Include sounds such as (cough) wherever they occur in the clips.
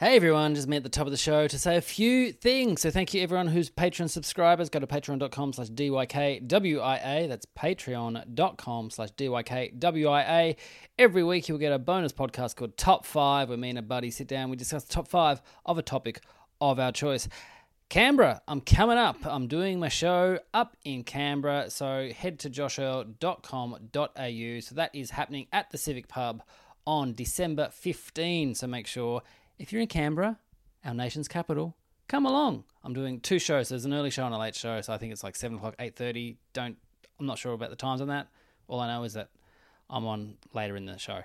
Hey everyone, just me at the top of the show to say a few things. So thank you everyone who's Patreon subscribers. Go to patreon.com slash DYKWIA. That's patreon.com slash DYKWIA. Every week you'll get a bonus podcast called Top 5 where me and a buddy sit down. We discuss the top 5 of a topic of our choice. Canberra, I'm coming up. I'm doing my show up in Canberra. So head to joshearl.com.au. So that is happening at the Civic Pub on December 15. So make sure if you're in Canberra, our nation's capital, come along. I'm doing two shows. There's an early show and a late show. So I think it's like 7 o'clock, 8.30. Don't, I'm not sure about the times on that. All I know is that I'm on later in the show.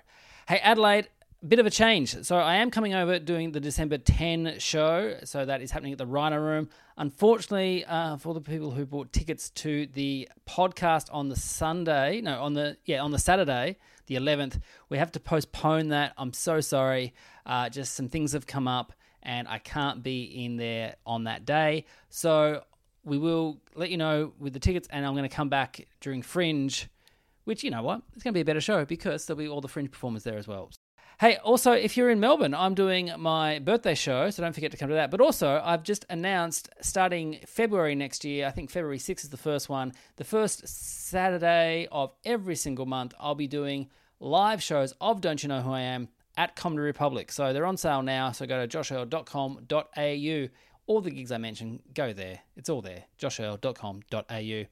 Hey, Adelaide, bit of a change. So I am coming over doing the December 10 show. So that is happening at the Rhino Room. Unfortunately, uh, for the people who bought tickets to the podcast on the Sunday, no, on the yeah, on the Saturday, the 11th, we have to postpone that. I'm so sorry. Uh, just some things have come up, and I can't be in there on that day. So we will let you know with the tickets, and I'm going to come back during Fringe which you know what it's going to be a better show because there'll be all the fringe performers there as well hey also if you're in melbourne i'm doing my birthday show so don't forget to come to that but also i've just announced starting february next year i think february 6th is the first one the first saturday of every single month i'll be doing live shows of don't you know who i am at comedy republic so they're on sale now so go to joshua.com.au all the gigs i mentioned go there it's all there joshua.com.au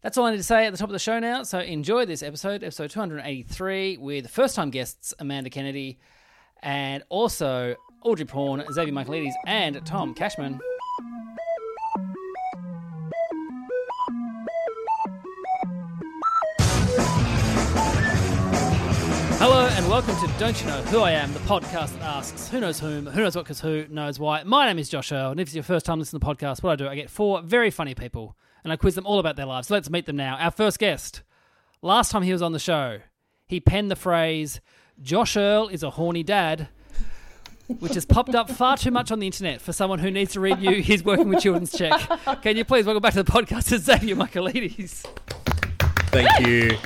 that's all I need to say at the top of the show now. So enjoy this episode, episode 283, with first time guests Amanda Kennedy and also Audrey Porn, Xavier Michaelides, and Tom Cashman. Hello and welcome to Don't You Know Who I Am, the podcast that asks who knows whom, who knows what because who knows why. My name is Josh Earl, and if it's your first time listening to the podcast, what I do, I get four very funny people and I quiz them all about their lives. So let's meet them now. Our first guest, last time he was on the show, he penned the phrase, Josh Earl is a horny dad, which has popped up far too much on the internet for someone who needs to read you his working with children's check. Can you please welcome back to the podcast (laughs) to Xavier Michaelides? (laughs) Thank you.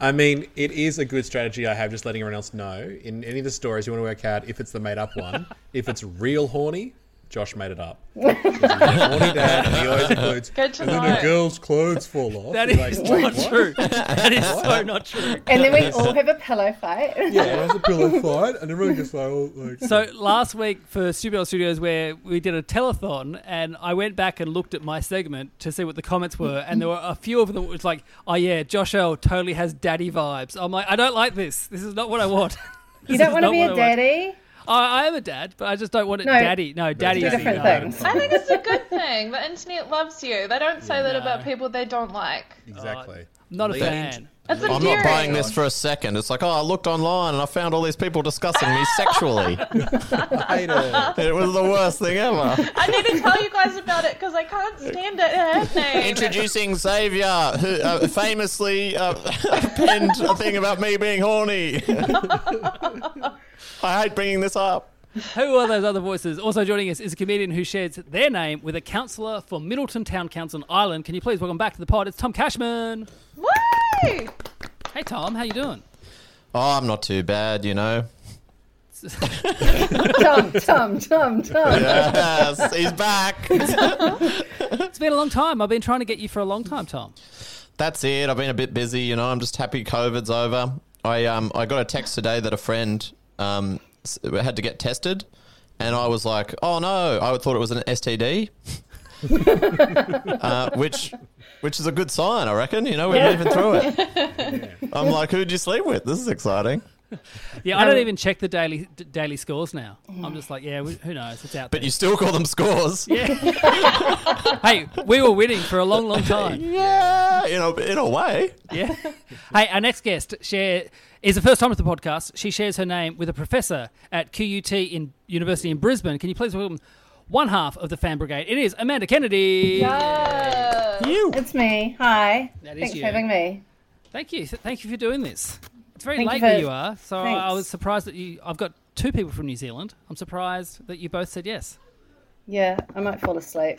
I mean, it is a good strategy I have just letting everyone else know. In any of the stories, you want to work out if it's the made (laughs) up one. If it's real horny, Josh made it up. He's a horny dad, and he always includes. Good to and then know." a girl's clothes fall off. That You're is like, "Wait, not what?" true. That is so not true. And then we all have a pillow fight. Yeah, there's a pillow fight, and everyone gets like, oh, like So last week for Studio Studios, where we did a telethon, and I went back and looked at my segment to see what the comments were, and there were a few of them. It was like, "Oh yeah, Josh L totally has daddy vibes." I'm like, I don't like this. This is not what I want. (laughs) You don't want to be a daddy. I, I am a dad, but I just don't want it No. daddy. No, daddy. Two Yeah, different yeah. things. Uh, Uh, I think it's a good thing. The internet loves you. They don't say that about people they don't like. exactly. Not a Leaned. fan. It's I'm endearing. not I'm not buying this for a second. It's like, oh, I looked online and I found all these people discussing me sexually. I hate it. it was the worst thing ever. I need to tell you guys about it because I can't stand it happening. Introducing Xavier, who uh, famously uh, (laughs) penned a thing about me being horny. I hate bringing this up. Who are those other voices? Also joining us is a comedian who shares their name with a councillor for Middleton Town Council in Ireland. Can you please welcome back to the pod? It's Tom Cashman. Woo! Hey Tom, how you doing? Oh, I'm not too bad, you know. (laughs) Tom, Tom, Tom, Tom. Yes, he's back. It's been a long time. I've been trying to get you for a long time, Tom. That's it. I've been a bit busy, you know. I'm just happy COVID's over. I um I got a text today that a friend um s- had to get tested, and I was like, oh no, I thought it was an STD, (laughs) uh, which which is a good sign, I reckon. You know, we're living through it. I'm like, who'd you sleep with? This is exciting. Yeah, I don't even check the daily d- daily scores now. I'm just like, yeah, we, who knows? It's out But there. you still call them scores. (laughs) (laughs) hey, we were winning for a long, long time. (laughs) Yeah, in a, in a way. Yeah. hey, our next guest share is the first time with the podcast. She shares her name with a professor at QUT in University in Brisbane. Can you please welcome one half of the fan brigade? It is Amanda Kennedy. Yeah. You. It's me. Hi. That is Thanks you. for having me. Thank you. Th- Thank you for doing this. It's very Thank you late for- where you are, so I- I Thanks. was surprised that you. I've got two people from New Zealand. I'm surprised that you both said yes. Yeah, I might fall asleep.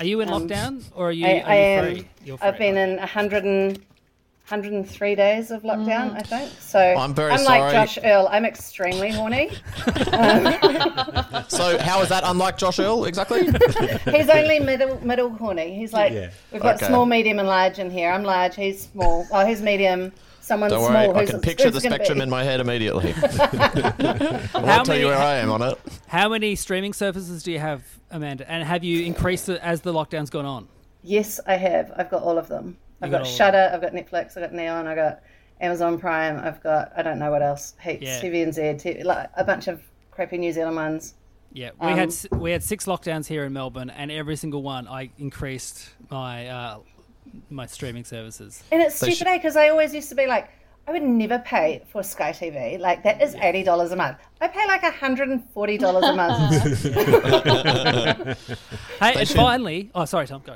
Are you in Um, lockdown or are you, I, are I you am. free? You're free. I've been in 100 and, 103 days of lockdown, Mm. I think. So Oh, I'm very Unlike sorry. Josh Earl, I'm extremely horny. (laughs) So how is that unlike Josh (laughs) Earl exactly? He's only middle middle horny. He's like Yeah. we've got Okay. small, medium, and large in here. I'm large. He's small. Oh, he's medium. Someone's Don't worry, small. I who's- can picture who's the gonna spectrum be- in my head immediately. how, I'll tell many, you where I am on it. how many streaming services do you have, Amanda? And have you increased it as the lockdown's gone on? Yes, I have. I've got all of them. I've got got, all of Shudder. I've got Netflix. I've got Neon. I've got Amazon Prime. I've got I don't know what else. Heaps. Yeah. TVNZ. T- like a bunch of crappy New Zealand ones. Yeah, we Um, had s- we had six lockdowns here in Melbourne, and every single one I increased my uh, my streaming services. And it's They stupid, eh? Because I always used to be like, I would never pay for Sky TV. Like that is eighty dollars a month. I pay like hundred and forty dollars a (laughs) month. Hey, and should- finally, oh sorry, Tom, go.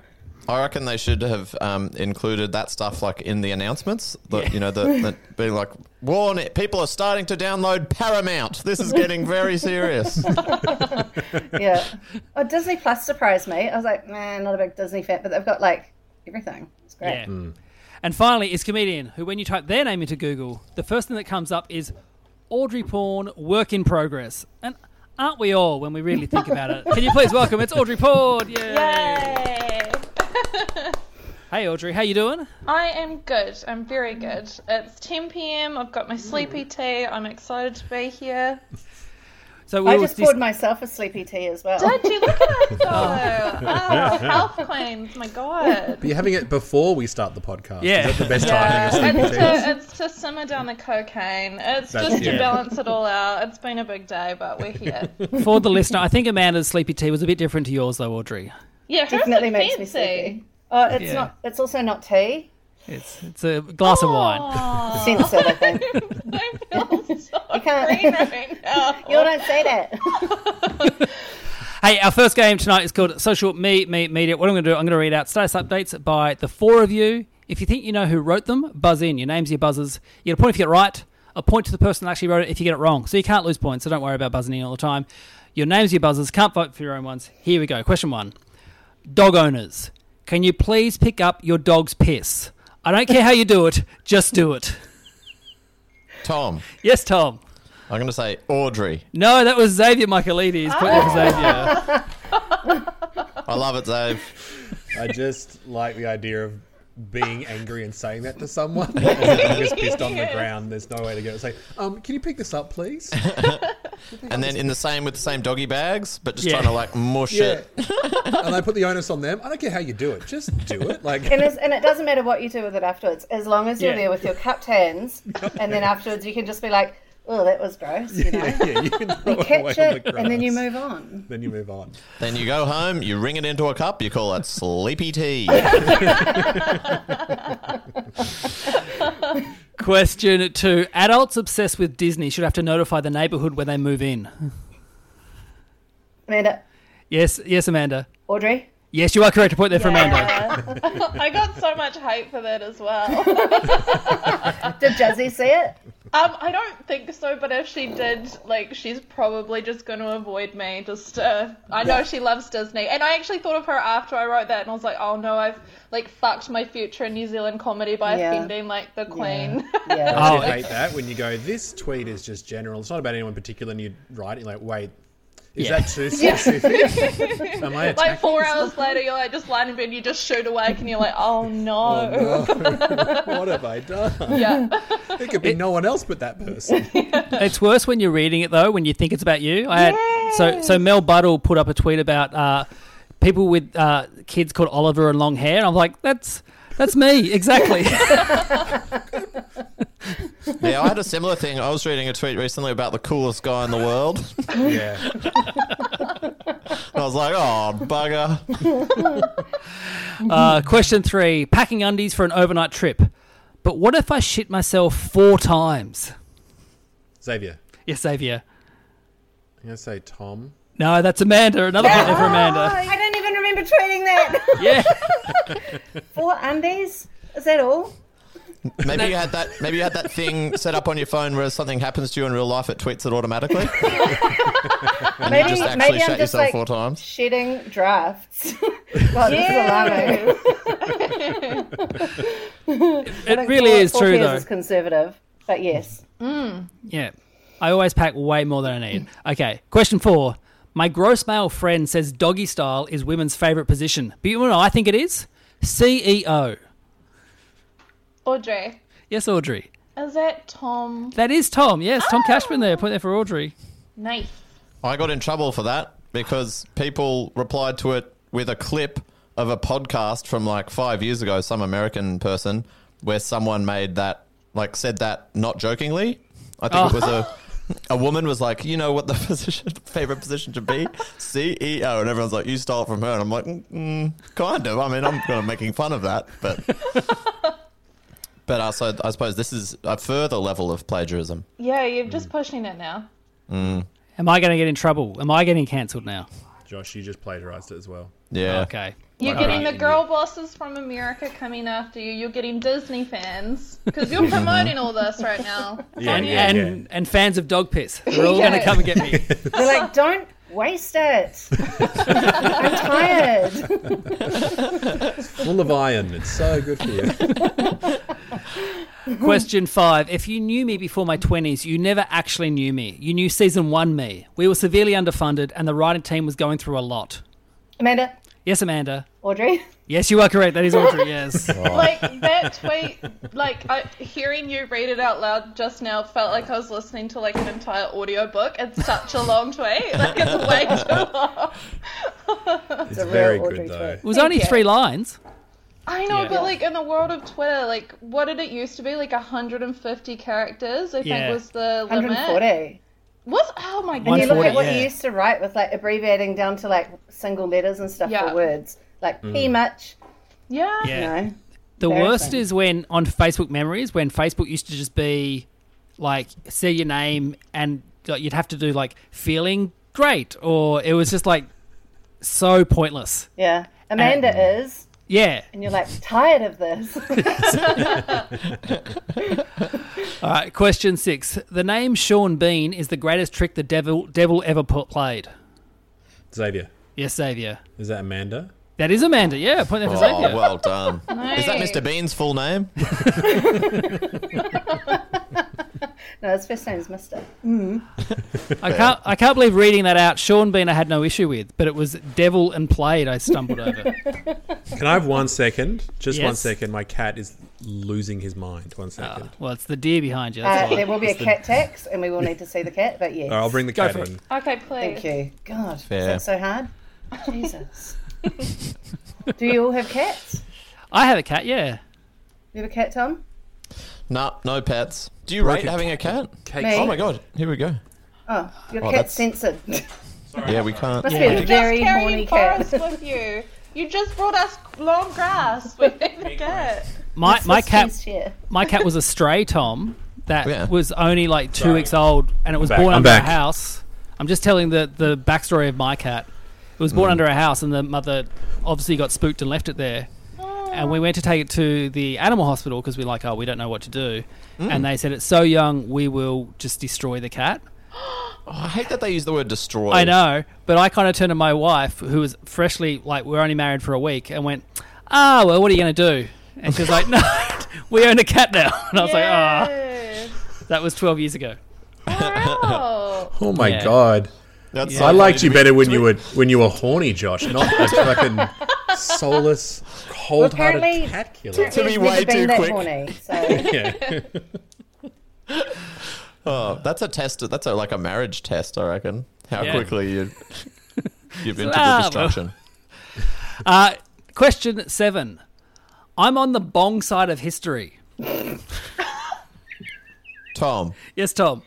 I reckon they should have um, included that stuff like in the announcements. The, You know, the, the being like, warn it, people are starting to download Paramount. This is getting very serious. yeah. Oh, Disney Plus surprised me. I was like, man, not a big Disney fan, but they've got like everything. It's great. Yeah. Hmm. And finally, is comedian who, when you type their name into Google, the first thing that comes up is Audrey Porn Work in Progress. And aren't we all when we really think about it? Can you please welcome? It's Audrey Porn. Yeah. Yay. Hey, Audrey, how you doing? I am good. I'm very good. It's 10 p.m. I've got my sleepy tea. I'm excited to be here. So we I were just dis- poured myself a sleepy tea as well. Did you look at us though? Oh, health queens. My God. You're having it before we start the podcast. Yeah. Is that the best Yeah, timing of it's sleeping tea? to, it's to simmer down the cocaine. It's That's- just yeah. to balance it all out. It's been a big day, but we're here. for (laughs) the listener. I think Amanda's sleepy tea was a bit different to yours, though, Audrey. Yeah, hers Definitely is makes me fancy. sleepy. Oh, it's Yeah. not. It's also not tea. It's it's a glass of wine. Aw, Censored, I think. (laughs) I (laughs) feel so can't- green right (laughs) now. You don't say that. Hey, our first game tonight is called Social Me Me Media. What I'm going to do, I'm going to read out status updates by the four of you. If you think you know who wrote them, buzz in. Your names, your buzzers. You get a point if you get it right. A point to the person that actually wrote it if you get it wrong. So you can't lose points. So don't worry about buzzing in all the time. Your names, your buzzers. Can't vote for your own ones. Here we go. Question one: Dog owners, can you please pick up your dog's piss? I don't care how you do it. Just do it. (laughs) Tom, Yes, Tom. I'm going to say Audrey. No, that was Xavier Michaelides. Point there for Xavier. I love it, Dave. I just like the idea of being angry and saying that to someone. And then I'm just pissed on the ground. There's no way to go. It's like, um, can you pick this up, please? And then in the same with the same doggy bags, but just Yeah. trying to like mush Yeah. it. and I put the onus on them. I don't care how you do it. Just do it. Like, And, it's, and it doesn't matter what you do with it afterwards, as long as you're Yeah. there with your cupped hands, and then afterwards you can just be like, "Oh, that was gross," you (laughs) know. yeah, yeah, you can throw it away Catch on the it, grass. and then you move on. Then you move on. Then you go home, you wring it into a cup, you call it sleepy tea. Question two: Adults obsessed with Disney should have to notify the neighborhood when they move in. Amanda, Yes, yes, Amanda. Audrey, Yes, you are correct. A point there for (laughs) Amanda. I got so much hate for that as (laughs) well. did Jazzy see it? Um, I don't think so, but if she did, like, she's probably just going to avoid me. Just, uh, I know she loves Disney, and I actually thought of her after I wrote that, and I was like, oh no, I've like fucked my future in New Zealand comedy by Yeah. offending like the Queen. Yeah. I Oh, did hate that when you go, this tweet is just general. It's not about anyone particular. And you write it like, wait, is Yeah. that too specific? Am I attacking? (laughs) like four hours later, you're like just lying in bed, you just shoot awake, and you're like, oh no. what have I done? Yeah. It could be no one else but that person. It's worse when you're reading it though, when you think it's about you. I had, so so Mel Buddle put up a tweet about uh, people with uh, kids called Oliver and long hair. And I'm like, that's that's me exactly. Yeah, I had a similar thing. I was reading a tweet recently about the coolest guy in the world. Yeah. I was like, oh, bugger. Uh, question three: Packing undies for an overnight trip. But what if I shit myself four times? Xavier. Yes, Xavier. I'm going to say Tom. No, that's Amanda. Another point there for (laughs) Amanda. I don't even remember training that. Yeah. Four undies? Is that all? Maybe you had that. Maybe you had that thing set up on your phone where something happens to you in real life, it tweets (laughs) it automatically. and Maybe- you just actually maybe I'm shut just yourself like- four times. Shedding drafts. (laughs) well, yeah. this is alarming. it really Four- is four true pairs though. Is conservative, but yes. Yeah. I always pack way more than I need. Okay. Question four. My gross male friend says doggy style is women's favorite position. But you know what I think it is? E CEO. Audrey, Yes, Audrey. is that Tom? That is Tom. Yes, Tom Oh! Cashman there. Point there for Audrey. Nice. I got in trouble for that because people replied to it with a clip of a podcast from like five years ago, some American person, where someone made that, like, said that not jokingly. I think it was a. A woman was like, you know what the (laughs) position, favorite position to be? CEO. And everyone's like, you stole it from her. And I'm like, "Mm, mm, kind of. I mean, I'm kind of making fun of that. But but also, I suppose this is a further level of plagiarism. Yeah, you're just pushing it now. Am I going to get in trouble? Am I getting cancelled now? Josh, you just plagiarized it as well. Yeah. Okay. You're Right. getting the girl bosses from America coming after you. You're getting (laughs) Disney fans because you're promoting all this right now. Yeah, And, yeah, and, and fans of dog piss. They're all Yeah. going to come and get (laughs) me. They're like, don't waste it. I'm tired. Full of iron. It's so good for you. Question five. If you knew me before my 20s, you never actually knew me. You knew season one me. We were severely underfunded and the writing team was going through a lot. Amanda, Yes, Amanda. Audrey, Yes, you are correct. That is Audrey. (laughs) Yes. Like that tweet, like I, hearing you read it out loud just now felt like I was listening to like an entire audiobook. It's such a long tweet. (laughs) Like it's way (laughs) too long. It's, real very Audrey good, though. It was only three lines. I know, Yeah. but like in the world of Twitter, like what did it used to be? Like 150 characters, I Yeah. think was the limit. 140. What? Oh my And you god! look 140, at what yeah. you used to write with like abbreviating down to like single letters and stuff Yeah. for words. Like P much, Yeah. Yeah. you know. The worst embarrassing. is when on Facebook memories, when Facebook used to just be like, say your name and like, you'd have to do like feeling great, or it was just like so pointless. Yeah. Amanda is, Yeah. and you're like, tired of this. (laughs) All right. Question six. The name Sean Bean is the greatest trick the devil devil ever put, played. Xavier. Yes, Xavier. Is that Amanda? That is Amanda. Yeah. Point there for Xavier. Oh, well done. Is that Nice. Mr. Bean's full (laughs) name? no, his first name's Mister. I can't. I can't believe reading that out. Sean Bean, I had no issue with, but it was devil and played. I stumbled over. Can I have one second? Just one Yes. Ah. second. My cat is losing his mind. One second. Well, it's the deer behind you. That's Uh, why. there will be a cat tax, and we will need to see the cat. But yes, All right, I'll bring the Go cat for it. in. Okay, please. thank you. God, Fair. is that so hard? Jesus. Do you all have cats? I have a cat. Yeah. You have a cat, Tom? No, no pets. Do you rate having a cat? Me? Oh my god, here we go. Oh, your Oh, cat's that's- (laughs) censored. Must yeah, we can't. be a You very just horny carried cat. (laughs) forest with you. You just brought us long grass. (laughs) We didn't forget. My my Let's cat. just here. My cat was a stray Tom that Yeah. was only like two weeks old, and it was back. born Oh, I'm under back. a house. I'm just telling the the backstory of my cat. It was Mm. born under a house, and the mother obviously got spooked and left it there. And we went to take it to the animal hospital because we're like, oh, we don't know what to do. Mm. And they said it's so young, we will just destroy the cat. I hate that they use the word destroy. I know, but I kind of turned to my wife, who was freshly like we are only married for a week, and went, "Ah, well, what are you going to do?" And she was like, (laughs) "No, we own a cat now." And I was like, "Ah, Yes. that was twelve years ago." Wow. Oh my Yeah. god. That's I so liked funny you to better when you were when you were horny, Josh, not (laughs) a fucking soulless, cold-hearted Apparently- cat (laughs) killer. To be He's way never been too that quick. horny, so Yeah. be- That's a test. That's a, like a marriage test, I reckon. How Yeah. (laughs) quickly you you've been to Ah, the well. destruction. Uh, question seven: I'm on the bong side of history. Tom, Yes, Tom.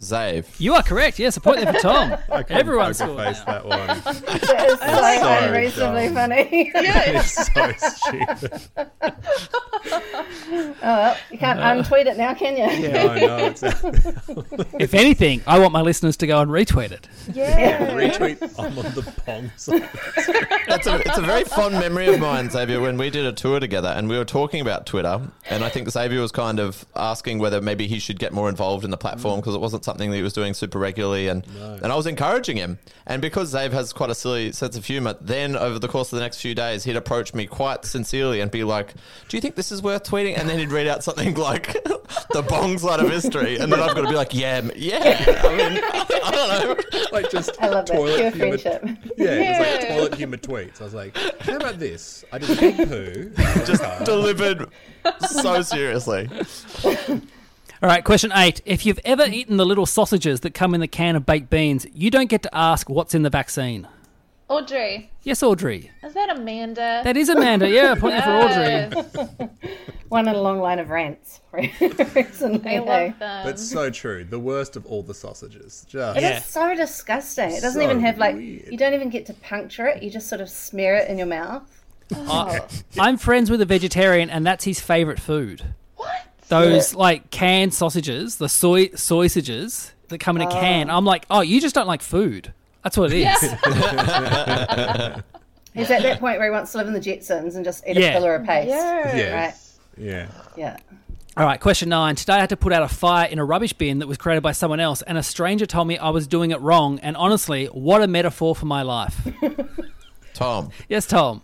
Zave. You are correct. Yes, a point there for Tom. (laughs) Everyone Poker scored. face now. that one. That is so sorry, unreasonably John. funny. It's so (laughs) stupid. you can't untweet it now, can you? (laughs) Oh no, it's If anything, I want my listeners to go and retweet it. retweet. I'm on the pong side. That's a, it's a very fond memory of mine, Xavier, when we did a tour together and we were talking about Twitter. And I think Xavier was kind of asking whether maybe he should get more involved in the platform because it wasn't something that he was doing super regularly. And, and I was encouraging him. And because Xavier has quite a silly sense of humor, then over the course of the next few days, he'd approach me quite sincerely and be like, Do you think this is worth tweeting? And then he'd read out something like, (laughs) The bong side of history. And then I've got to be like, Yeah, m- yeah. I mean, I don't know. Like just I love that. Pure toilet humor. friendship. Yeah, it was like Yeah. toilet humor tweets. I was like, how about this? I did big poo. Just Delivered so seriously. All right, question eight. If you've ever eaten the little sausages that come in the can of baked beans, you don't get to ask what's in the vaccine. Audrey, Yes, Audrey. is that Amanda? That is Amanda. Yeah, a point there for Audrey. Yes, One in a long line of rants (laughs) recently. I eh? love them. That's so true. The worst of all the sausages. Just It is so disgusting. It doesn't So even have like weird. you don't even get to puncture it. You just sort of smear it in your mouth. I'm friends with a vegetarian, and that's his favorite food. what? Those like canned sausages, the soy sausages that come in a can. Uh. I'm like, oh, you just don't like food. That's what it is. He's at that point where he wants to live in the Jetsons and just eat Yeah. a pillar of paste. yeah, yeah. Yeah. (laughs) All right, question nine. Today I had to put out a fire in a rubbish bin that was created by someone else, and a stranger told me I was doing it wrong. And honestly, what a metaphor for my life. (laughs) Tom, yes, Tom.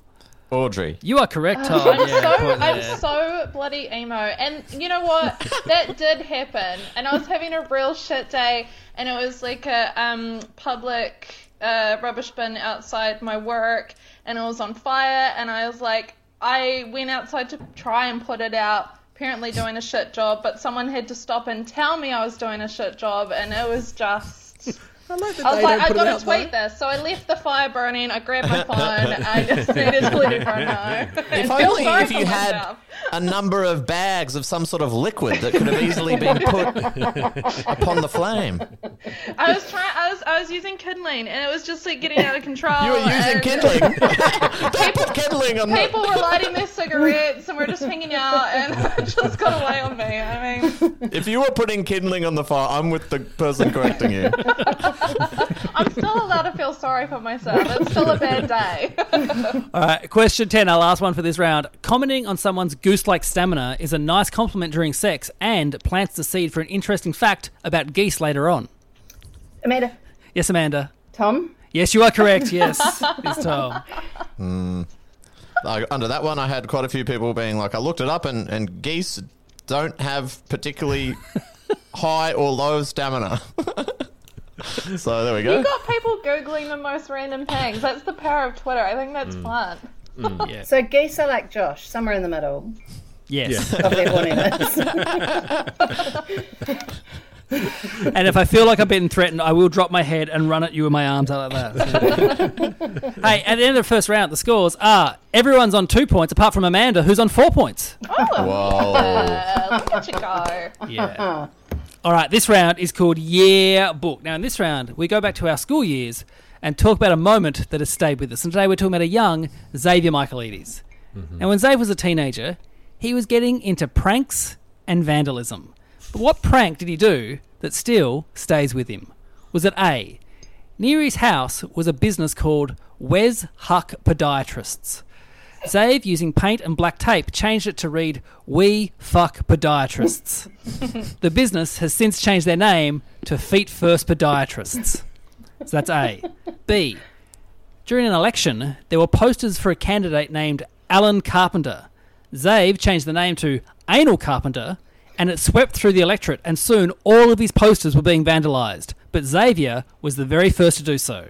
Audrey. You are correct, Tom. Uh, I'm Yeah, so point I'm there. so bloody emo, and you know what? that did happen, and I was having a real shit day, and it was like a um public uh, rubbish bin outside my work, and it was on fire, and I was like, I went outside to try and put it out. Apparently doing a shit job, but someone had to stop and tell me I was doing a shit job, and it was just. I like that I was they like, don't I put it gotta out, tweet though. this, so I left the fire burning. I (laughs) grabbed my phone. I just (laughs) needed to let everyone know. If feel only sorry if for you had myself. a number of bags of some sort of liquid that could have easily been put (laughs) upon the flame. I was trying. I was. I was using kindling, and it was just like getting out of control. You were using Oh, and (laughs) kindling. Don't put kindling on People the were lighting their cigarettes, and we are just hanging out, and (laughs) it just got away on me. I mean, If you were putting kindling on the fire, I'm with the person correcting (laughs) you. I'm still allowed to feel sorry for myself. It's still a bad day. (laughs) All right, Uh, question 10, our last one for this round. Commenting on someone's goose like stamina is a nice compliment during sex and plants the seed for an interesting fact about geese later on. Amanda, Yes, Amanda. Tom, Yes, you are correct. Yes, it's Tom. Uh, under that one, I had quite a few people being like, I looked it up, and, and geese don't have (laughs) particularly high or low stamina. (laughs) so there we go. You got people googling the most random things. That's the power of Twitter. I think Hmm. that's fun. so geese are like Josh, somewhere in the middle Yes. of their horniness. (laughs) And if I feel like I've been threatened, I will drop my head and run at you with my arms out like that. hey, at the end of the first round, the scores are everyone's on two points apart from Amanda, who's on four points. Whoa. Uh, look at you go. Yeah. All right, this round is called Year Book. Now, in this round, we go back to our school years and talk about a moment that has stayed with us. And today we're talking about a young Xavier Michaelides. Now, when Xavier was a teenager, he was getting into pranks and vandalism. But what prank did he do that still stays with him? Was it A? Near his house was a business called Wes Huck Podiatrists. Xavier, using paint and black tape, changed it to read We Fuck Podiatrists. The business has since changed their name to Feet First Podiatrists. So that's A. B. During an election, there were posters for a candidate named Alan Carpenter. Zave changed the name to Anal Carpenter, and it swept through the electorate, and soon all of his posters were being vandalised. But Xavier was the very first to do so.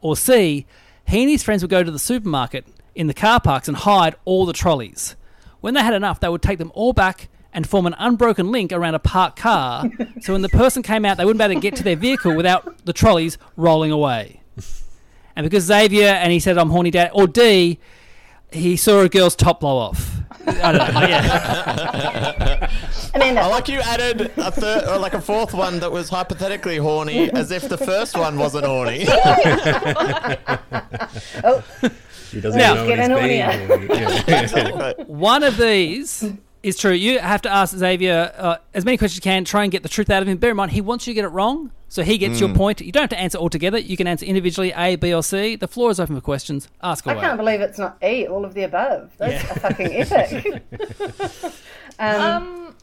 Or C, he and his friends would go to the supermarket in the car parks and hide all the trolleys. When they had enough, they would take them all back and form an unbroken link around a parked car. so when the person came out, they wouldn't be able to get to their vehicle without the trolleys rolling away. And because Xavier and he said, I'm horny dad, or D, he saw a girl's top blow off. I don't know. Yeah. Amanda. I like you added a third, or like a fourth one that was hypothetically horny, as if the first one wasn't (laughs) horny. Oh, He doesn't Now- know what Get in on he's being. Yeah. One of these is true. You have to ask Xavier uh, as many questions as you can. Try and get the truth out of him. Bear in mind, he wants you to get it wrong, so he gets your point. You don't have to answer altogether. You can answer individually A, B, or C. The floor is open for questions. Ask I away. can't believe it's not E, all of the above. Those are fucking epic. Um,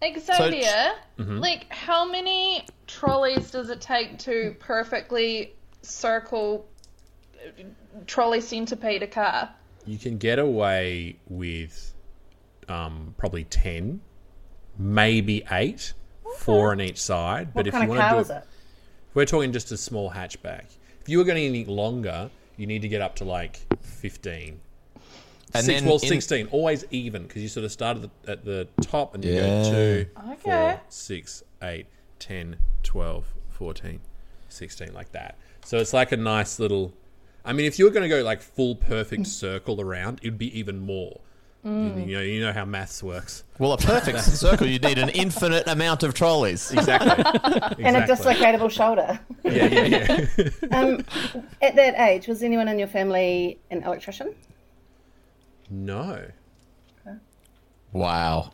Xavier, mm-hmm. like, how many trolleys does it take to perfectly circle uh, trolley centipede a car? you can get away with um, probably 10, maybe 8, 4 on each side. but what if kind you of want car to was do it? we're talking just a small hatchback. If you were going anything longer, you need to get up to like 15. And Six, then well, in- 16, always even, because you sort of start at the, at the top and you Yeah. go 2, Okay. four, six, eight, 10, 12, 14, 16, like that. So it's like a nice little. I mean, if you were going to go like full perfect circle around, it would be even more. You, you know, you know how maths works. Well, a perfect circle, you need an infinite amount of trolleys. Exactly. And a exactly. dislocatable shoulder. yeah, yeah, yeah. Um, at that age, was anyone in your family an electrician? No. Wow.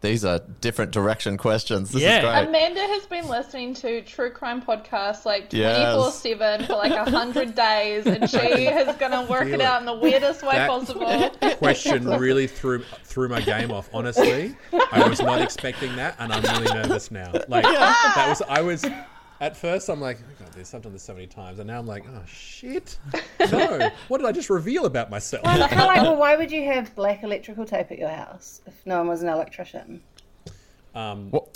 These are different direction questions. This Yeah. is great. Amanda has been listening to true crime podcasts like Yes. 24 7 for like 100 days, and (laughs) she is going to work Feel it. it out in the weirdest way That- (laughs) possible. Question really threw threw my game off. Honestly, I was not expecting that, and I'm really nervous now. Like that was I was. At first, I'm like, oh god, this I've done this so many times, and now I'm like, oh shit, no! What did I just reveal about myself? I feel like, well, why would you have black electrical tape at your house if no one was an electrician? Well,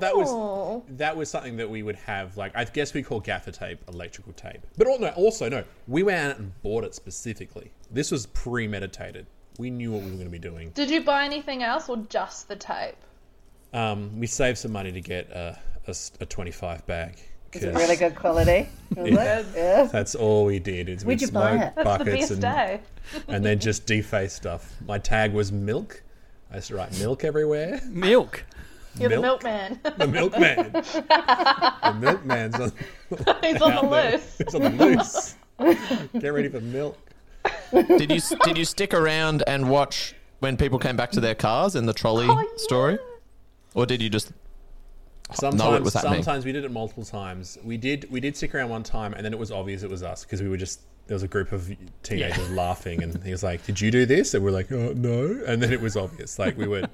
that was that was something that we would have. Like, I guess we call gaffer tape electrical tape, but also, also no, we went out and bought it specifically. This was premeditated. We knew what we were going to be doing. Did you buy anything else or just the tape? Um, we saved some money to get a, a s- a 25 bag. Is it 'cause really good quality? Was it? Yeah. That's all we did. Is Where'd we'd you buy smoke it? That's the That's the buckets best and, day. and then just deface stuff. My tag was milk. I used to write milk everywhere. (laughs) Milk. You're the milk? milkman. (laughs) The milkman. the milkman's on, He's on out the there. loose. He's on the loose. Get ready for milk. Did you did you stick around and watch when people came back to their cars in the trolley yeah. story, or did you just? Sometimes, was happening. sometimes we did it multiple times. We did we did stick around one time, and then it was obvious it was us because we were just there was a group of teenagers laughing, and he was like, "Did you do this?" And we're like, "Oh no!" And then it was obvious, like we were,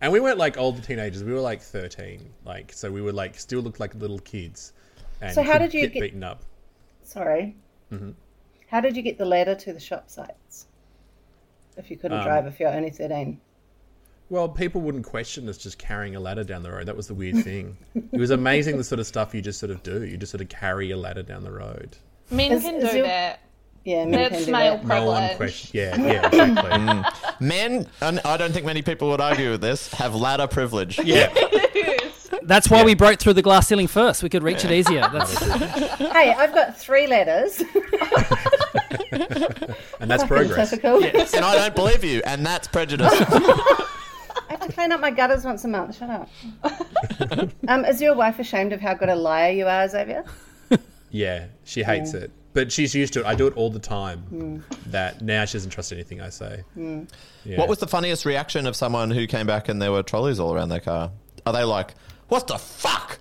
and we weren't like older teenagers. We were like thirteen, like so we were like still looked like little kids. And So how could did you get, get- beaten up? Sorry. Mm-hmm. How did you get the ladder to the shop sites? If you Um, couldn't drive, if you're only 13. Well, people wouldn't question us just carrying a ladder down the road. That was the weird thing. it was amazing the sort of stuff you just sort of do. You just sort of carry a ladder down the road. Men Is- can is do your- that. Yeah, men can That's do male that. No one privilege. question. Yeah, yeah, exactly. Men, and I don't think many people would argue with this, have ladder privilege. Yeah. Yes. That's why we broke through the glass ceiling first. We could reach it easier. That's (laughs) Hey, I've got (laughs) three ladders. And that's progress. Typical. And I don't believe you, and that's prejudice. (laughs) I have to clean up my gutters once a month. Shut up. (laughs) um, is your wife ashamed of how good a liar you are, Xavier? Yeah, she Mm. hates it. But she's used to it. I do it all the time. Mm. That now she doesn't trust anything I say. Yeah. What was the funniest reaction of someone who came back and there were trolleys all around their car? Are they like, "What (laughs) the fuck?"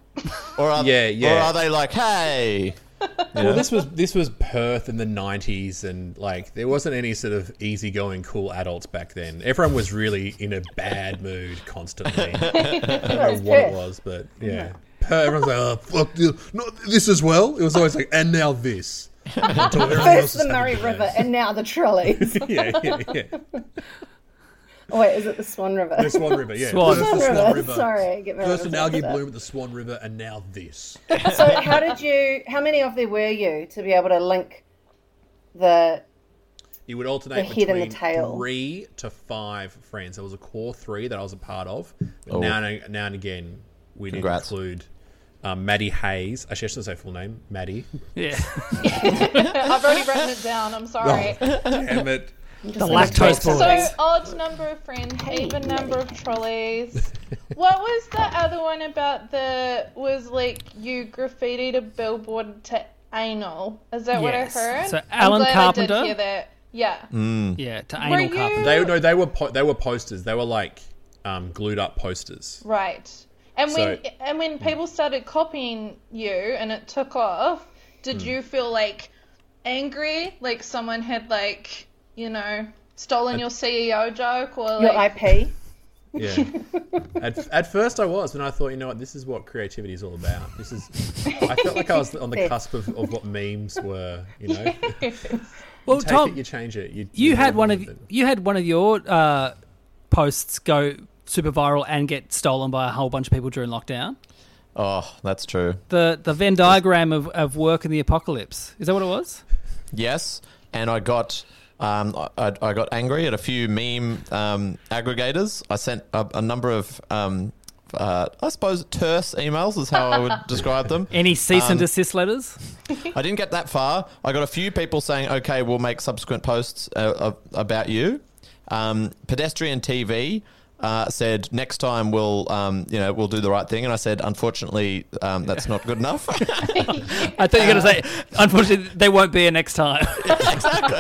Or are, Yeah, yeah. Or are they like, "Hey"? Well, this was this was Perth in the '90s, and like there wasn't any sort of easygoing, cool adults back then. Everyone was really in a bad mood (laughs) constantly. I don't know what it was, but yeah, Perth, everyone's like, "Oh, fuck, you- no, this as well." It was always like, "And now (laughs) this." Until everyone else First was the Murray having a River bad- and now (laughs) the trolleys. yeah, yeah, yeah. oh, wait, is it the Swan River? The Swan River, yeah. Swan. First the Swan Swan River, sorry, get my First an river algae mixed up. bloom at the Swan River, and now this. so how did you, how many of there were you to be able to link the, You would alternate The head and between the tail. three to five friends. There was a core three that I was a part of. But Oh. now, and, now and again, we did Congrats. include um, Maddie Hayes. Actually, I shouldn't say full name. Maddie. yeah. (laughs) I've already written it down. I'm sorry. Damn it. The lactose So boys. odd number of friends, even number of trolleys. what was the other one about the was like you graffitied a billboard to anal? Is that what I Yes. heard? So I'm Alan glad I Carpenter? did hear that. Yeah. Yeah, to Were anal you carpet. Mm. They no, they were po- they were posters. They were like um, glued up posters. right? And when So- and when people started copying you and it took off, did Hmm. you feel like angry? Like someone had like you know stolen your CEO joke or Your like, IP. Yeah. at, at first, I was, and I thought, you know what, this is what creativity is all about. This is. I felt like I was on the cusp of, of what memes were. You know, you Well, take Tom, it, you change it. You, you do had one what of you do. you had one of your uh, posts go super viral and get stolen by a whole bunch of people during lockdown. Oh, that's true. The the Venn diagram of, of work and the apocalypse is that what it was? Yes, and I got um, I, I got angry at a few meme um, aggregators. I sent a, a number of um, uh, I suppose terse emails is how (laughs) I would describe them. Any cease and desist letters? I didn't get that far. I got a few people saying, "Okay, we'll make subsequent posts uh, uh, about you." Um, Pedestrian TV uh, said, "Next time we'll, um, you know, we'll do the right thing." And I said, "Unfortunately, um, that's not good enough." (laughs) I thought you were going to say. Unfortunately, they won't be here next time. exactly.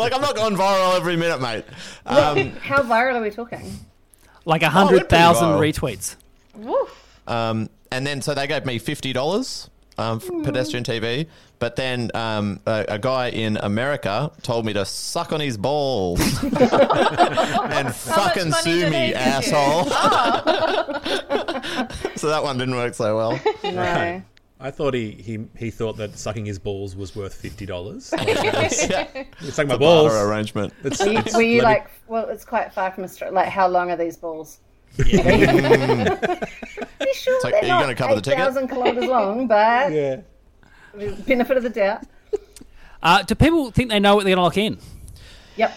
like I'm not going viral every minute, mate. Um, How viral are we talking? (laughs) like a that'd Oh, be hundred thousand viral. retweets. woof. Um, and then so they gave me fifty dollars um, for pedestrian TV. But then um, a, a guy in America told me to suck on (laughs) his balls and fucking money sue did he give me, you? Ah. asshole. (laughs) so that one didn't work (laughs) so well. No. Right. I thought he, he he thought that sucking his balls was worth fifty (laughs) dollars. yeah. It's like my balls. Barter arrangement. It's, Were you, it's were you let me- like, well, it's quite far from Australia. Like, how long are these balls? (laughs) Pretty sure like, they're are you not gonna cover the ticket? 8,000 kilometres long, but Yeah. benefit of the doubt. Uh, do people think they know what they're going to lock in?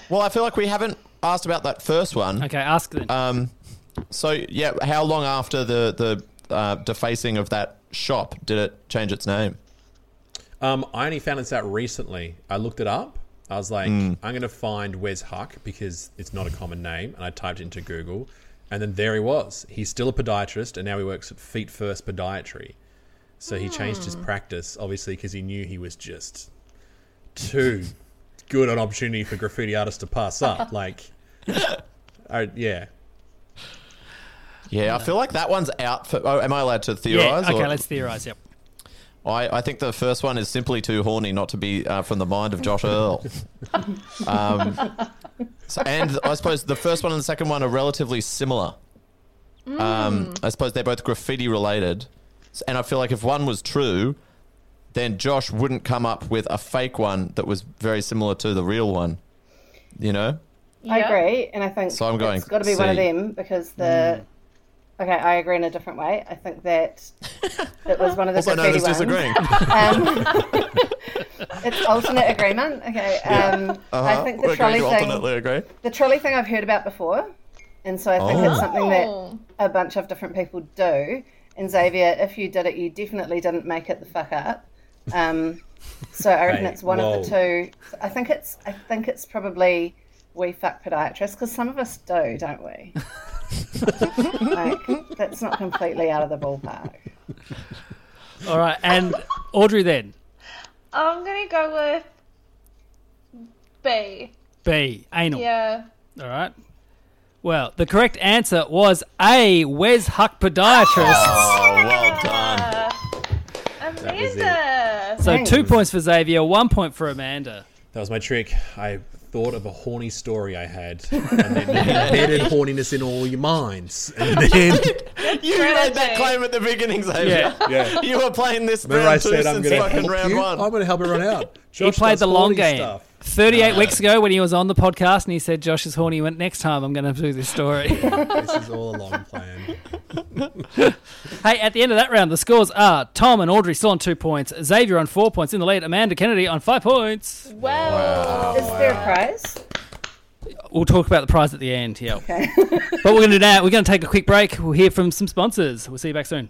Well, I feel like we haven't asked about that first one. Okay, ask them. Um, so yeah, how long after the the uh, defacing of that shop did it change its name? Um, I only found this out recently. I looked it up. I was like, I'm going to find Wes Huck because it's not a common name. And I typed it into Google. And then there he was. He's still a podiatrist and now he works at Feet First Podiatry. So he changed his practice, obviously, because he knew he was just too good an opportunity for graffiti artists to pass up. Like, I, yeah. Yeah, I feel like that one's out for. Oh, am I allowed to yeah. theorize? Okay, or- let's theorize. Yep. I, I think the first one is simply too horny not to be uh, from the mind of Josh Earl. um, so- and I suppose the first one and the second one are relatively similar. Um, I suppose they're both graffiti related. S- And I feel like if one was true, then Josh wouldn't come up with a fake one that was very similar to the real one. You know? I Yeah. agree, and I think So I'm going it's got to be one of C. Hmm. them because the. Okay, I agree in a different way. I think that (laughs) it was one of the Also known graffiti as ones. (laughs) disagreeing. Um, (laughs) (laughs) it's alternate agreement. Okay, um, I Uh-huh. think We're the trolley going to thing, alternately agree. the trolley thing, I've heard about before, and so I think it's something that Oh. a bunch of different people do. And Xavier, if you did it, you definitely didn't make it the fuck up. Um, so I reckon Hey, it's one of the whoa. two. I think it's. I think it's probably we fuck podiatrists because some of us do, don't we? like that's not completely out of the ballpark. All right, and Audrey then I'm gonna go with B. B anal. Yeah. All right. Well, the correct answer was A. Wes Huck podiatrist. Oh, well done. was it. Amanda. So Thanks. two points for Xavier, one point for Amanda. That was my trick. I thought of a horny story I had, and then you embedded horniness in all your minds. And then, You made that claim at the beginning, Xavier. yeah. (laughs) (laughs) You were playing this Remember, I round two said I'm since going to fucking help round you. one. I'm going to help everyone (laughs) out. He Josh played does the long horny game. stuff. Uh, 38 weeks ago when he was on the podcast and he said, Josh is horny, he went, next time I'm going to do this (laughs) story. (laughs) This is all a long plan. Hey, at the end of that round, the scores are Tom and Audrey still on two points, Xavier on four points in the lead, Amanda Kennedy on five points. Well, Is there a prize? We'll talk about the prize at the end, yeah. Okay. (laughs) but we're going to do now, we're going to take a quick break. We'll hear from some sponsors. We'll see you back soon.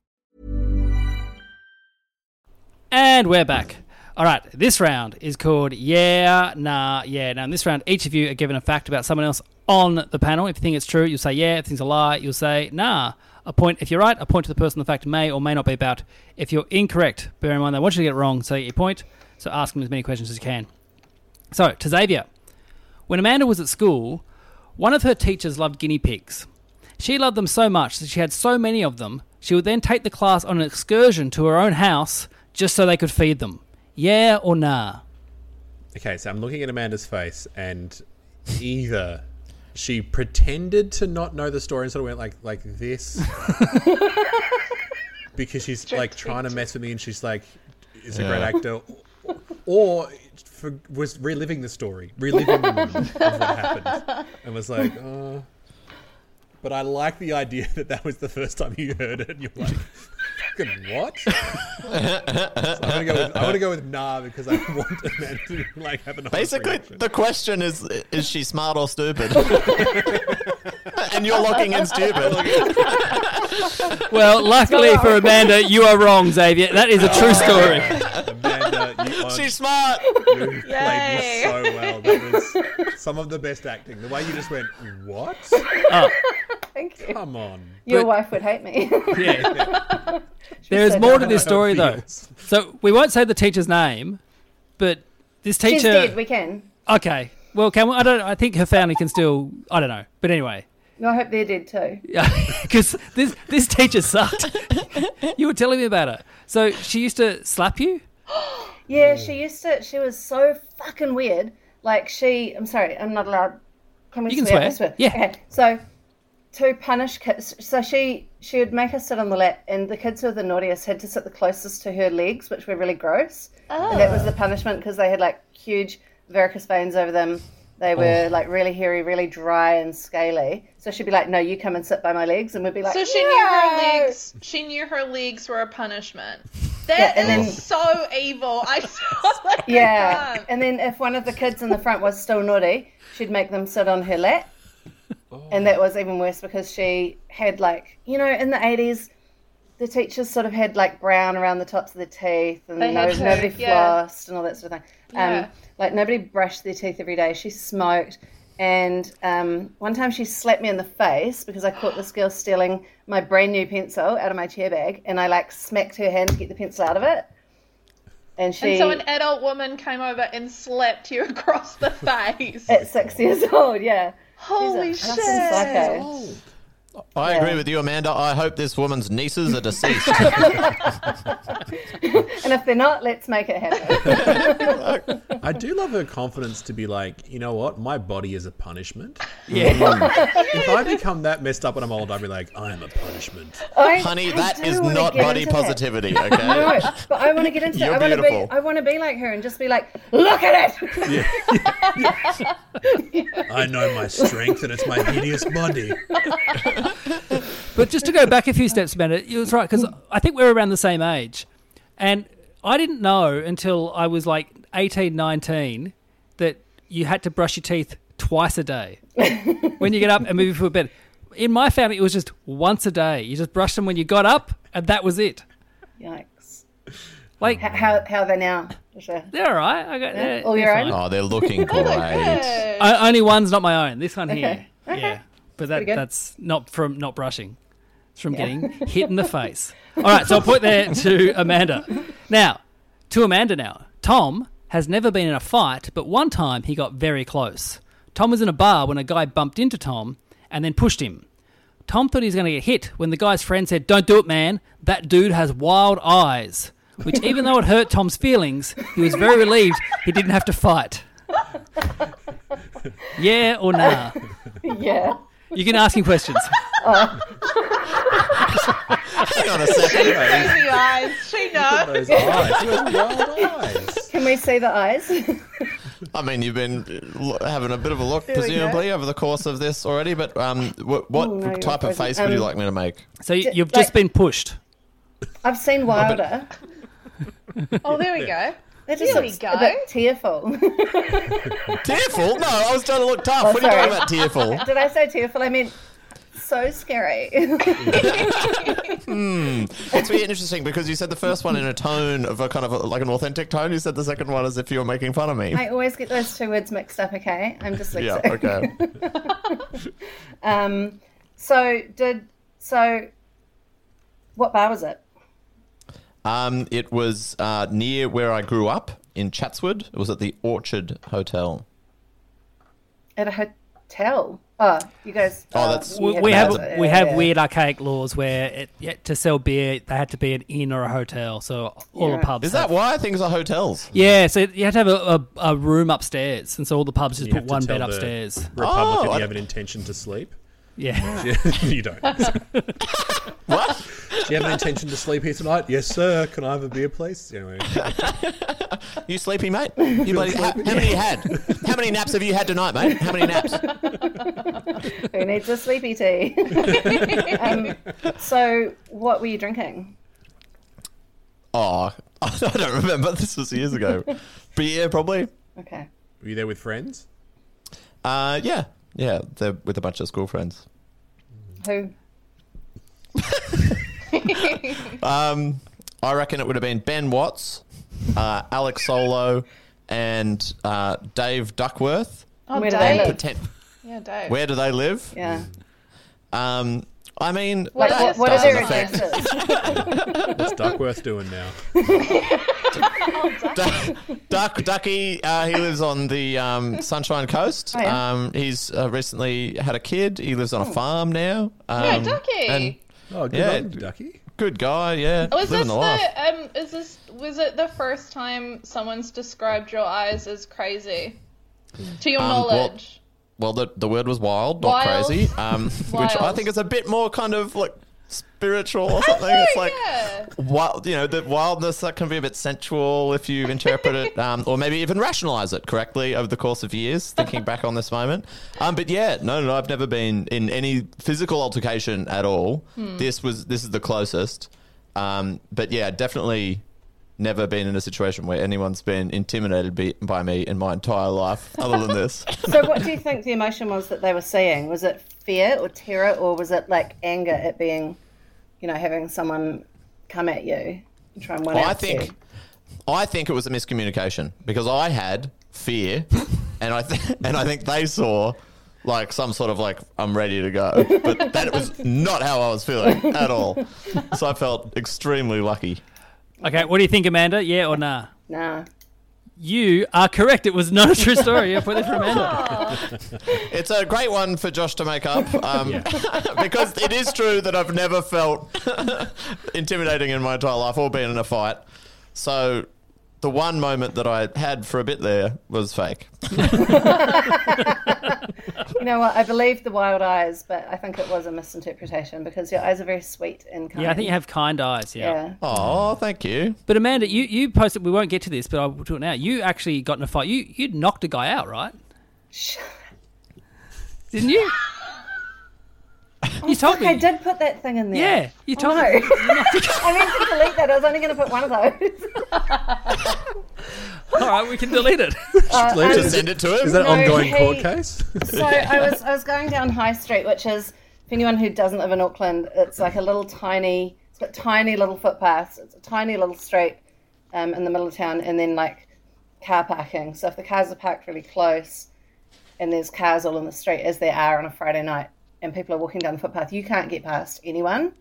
And we're back. All right, this round is called Yeah, Nah, Yeah. Now, in this round, each of you are given a fact about someone else on the panel. If you think it's true, you'll say yeah. If you think it's a lie, you'll say nah. A point, if you're right, a point to the person the fact may or may not be about. If you're incorrect, bear in mind they want you to get it wrong, so you get your point. So ask them as many questions as you can. So, to Xavier. When Amanda was at school, one of her teachers loved guinea pigs. She loved them so much that she had so many of them, she would then take the class on an excursion to her own house just so they could feed them. Yeah or nah? Okay, so I'm looking at Amanda's face, and either she pretended to not know the story and sort of went like like this, because she's like trying to mess with me, and she's like, is a great Yeah. actor, or for, was reliving the story, reliving the moment of what happened, and was like, oh. But I like the idea that that was the first time you heard it, and you're like. "Fucking What? So I'm gonna go with I'm gonna go with nah because I want Amanda to like have an honest Basically, reaction. the question is: Is she smart or (laughs) stupid? and you're locking in Oh stupid. Well, luckily for Amanda, you are wrong, Xavier. That is a true (laughs) story. Amanda, (laughs) you are (laughs) She's smart. You played this so well. That was some of the best acting. The way you just went, what? Thank you. Come on. Your But- wife would hate me. (laughs) There is said more to that this story, though. Feels. So we won't say the teacher's name, but this She's dead. teacher. We can. Okay. Well, can we, I don't. I think her family can still. I don't know. But anyway, (laughs) No, I hope they're dead too. because this this teacher sucked. (laughs) you were telling me about her. So she used to slap you. Yeah, she used to. She was so fucking weird. Like she. I'm sorry. I'm not allowed. Can we You can swear? I swear. Yeah. Okay. So to punish kids, so she she would make us sit on the lap, and the kids who were the naughtiest had to sit the closest to her legs, which were really gross. And that Oh. was the punishment because they had like huge varicose veins over them. They Oh. were like really hairy, really dry and scaly. So she'd be like, "No, you come and sit by my legs," and we'd be like, So she knew her "No." legs. She knew her legs were a punishment. That is and then- so evil. I (laughs) like, I Yeah. can't. And then if one of the kids in the front was still naughty, she'd make them sit on her lap. And that was even worse because she had like you know in the 80s the teachers sort of had like brown around the tops of their teeth and They no, had to, nobody yeah. flossed and all that sort of thing. Yeah. Um, like nobody brushed their teeth every day. She smoked. And um, one time she slapped me in the face because I (gasps) caught this girl stealing my brand new pencil out of my chair bag and I like smacked her hand to get the pencil out of it. And she And so an adult woman came over and slapped you across the face. at six years old. Yeah. Holy She's a shit! Oh. fucking psycho. Oh. I agree with you, Amanda. I hope this woman's nieces (laughs) are deceased. And if they're not, let's make it (laughs) happen. I do love her confidence to be like, you know what? My body is a punishment. (laughs) Hmm. Yeah. If I become that messed up when I'm old, I'd be like, I am a punishment. I- Honey, I that do is wanna not get body into that. (laughs) positivity, No, okay? but I want to get into You're it. I want to be. beautiful. I want to be like her and just be like, look at it. (laughs) I know my strength and it's my hideous body. But just to go back a few steps, Amanda, it was right because I think we were around the same age, and I didn't know until I was like 18, 19 that you had to brush your teeth twice a (laughs) day when you get up and move before bed. In my family, it was just once a day. You just brushed them when you got up, and that was it. Yikes! Like H- How how are they now? Is it- they're all right. I got yeah, All they're your fine. own? Oh, (laughs) they're looking great. O- only one's not my own. This one here. Yeah. But that, good. that's not from not brushing. It's from getting hit in the face. All right, so I'll point there to Amanda. Now, to Amanda now. Tom has never been in a fight, but one time he got very close. Tom was in a bar when a guy bumped into Tom and then pushed him. Tom thought he was going to get hit when the guy's friend said, Don't do it, man. That dude has wild eyes. Which, even though it hurt Tom's feelings, he was very relieved he didn't have to fight. Yeah or nah? Yeah. You can ask him questions. Hang on a second. Crazy eyes. She knows. Those eyes, those wild eyes. Can we see the eyes? (laughs) I mean, you've been l- having a bit of a look, There we go. presumably, over the course of this already. But um, what, what no, you're type of frozen. face would you Um, like me to make? So you, D- you've just like- been pushed. I've seen Wilder. Oh, there we go. That just There we looks go. a bit tearful. (laughs) Tearful? No, I was trying to look tough. what are you Um, Oh, sorry. talking (laughs) about, tearful? Did I say tearful? I meant so scary. (laughs) It's really interesting because you said the first one in a tone of a kind of a, like an authentic tone. You said the second one as if you were making fun of me. I always get those two words mixed up. Okay, I'm just yeah. (laughs) dyslexic. Okay. Um, so did so. What bar was it? Um, it was uh, near where I grew up in Chatswood. It was at the Orchard Hotel. At a hotel. Oh, you guys. Oh, that's- We, you had we a have bar, we yeah, have yeah. weird archaic laws where it, yet to sell beer they had to be an inn or a hotel. So all the Yeah. pubs. Is that have- why things are hotels? Yeah, so you had to have a, a, a room upstairs, and so all the pubs just You put have to one tell bed the upstairs. Republic, Oh, if I- you have an intention to sleep. Yeah, (laughs) you don't. (laughs) Do What? you have an intention to sleep here tonight? Yes, sir. Can I have a beer, please? Anyway, You sleepy, mate? You bloody, how, how many you had? How many naps have you had tonight, mate? How many naps? Who needs a (laughs) sleepy tea? um, so, what were you drinking? Oh, (laughs) I don't remember. This was years ago. Beer, probably. Okay. were you there with friends? Uh, yeah, yeah. They're with a bunch of school friends. Who? Um, I reckon it would have been Ben Watts, uh, Alex Solo, and uh, Dave Duckworth. Oh, Where do they Dave. live? Potent- Yeah, Dave. Where do they live? Yeah. Um, I mean, Like, What, that what are doesn't their affect- addresses? What's Duckworth doing now? (laughs) Duck, Duck Ducky, uh, he lives on the um, Sunshine Coast. Oh, yeah. Oh. um, he's uh, recently had a kid. He lives on a farm now. Um, Yeah, Ducky. and Oh, good Yeah. on you, Ducky. good guy, yeah. Oh, Was living this the the, life. um? Is this was it the first time someone's described your eyes as crazy? To your Um, well, knowledge, Well, the, the word was wild, not Wild. crazy, (laughs) um, which I Wild. think is a bit more kind of like spiritual or something. it's like yeah. wild, you know, the wildness that can be a bit sensual if you interpret it, um, or maybe even rationalize it correctly over the course of years. Thinking back on this moment, um, but yeah, no, no, I've never been in any physical altercation at all. This was this is the closest, um, but yeah, definitely. Never been in a situation where anyone's been intimidated be- by me in my entire life, other than this. So, what do you think the emotion was that they were seeing? Was it fear or terror, or was it like anger at being, you know, having someone come at you and try and one Well, I out think, you? I think it was a miscommunication because I had (laughs) fear, and I th- and I think they saw like some sort of like I'm ready to go, but that was not how I was feeling at all. So I felt extremely lucky. (laughs) Okay, what do you think, Amanda? Yeah or nah? Nah. You are correct. It was not a true story. Yeah, put it for (laughs) Amanda. It's a great one for Josh to make up um, (laughs) because it is true that I've never felt intimidating in my entire life or been in a fight. So. The one moment that I had for a bit there was fake. You know what? I believe the wild eyes, but I think it was a misinterpretation because your eyes are very sweet and kind. Yeah, I think you have kind eyes. Yeah. Oh, thank you. But Amanda, you, you posted. We won't get to this, but I will do it now. You actually got in a fight. You you knocked a guy out, (laughs) right? Didn't you? you told me. Oh, I did put that thing in there. Yeah, you Oh, told no. (laughs) me. I meant to delete that. I was only going to put one of those. All right, we can delete it. Sleep Um, To send it to him. Is that No, ongoing hey. court case? (laughs) So I was I was going down High Street, which is for anyone who doesn't live in Auckland, it's like a little tiny, it's got tiny little footpaths, it's a tiny little street um, in the middle of town, and then like car parking. So if the cars are parked really close, and there's cars all in the street as there are on a Friday night, and people are walking down the footpath, you can't get past anyone.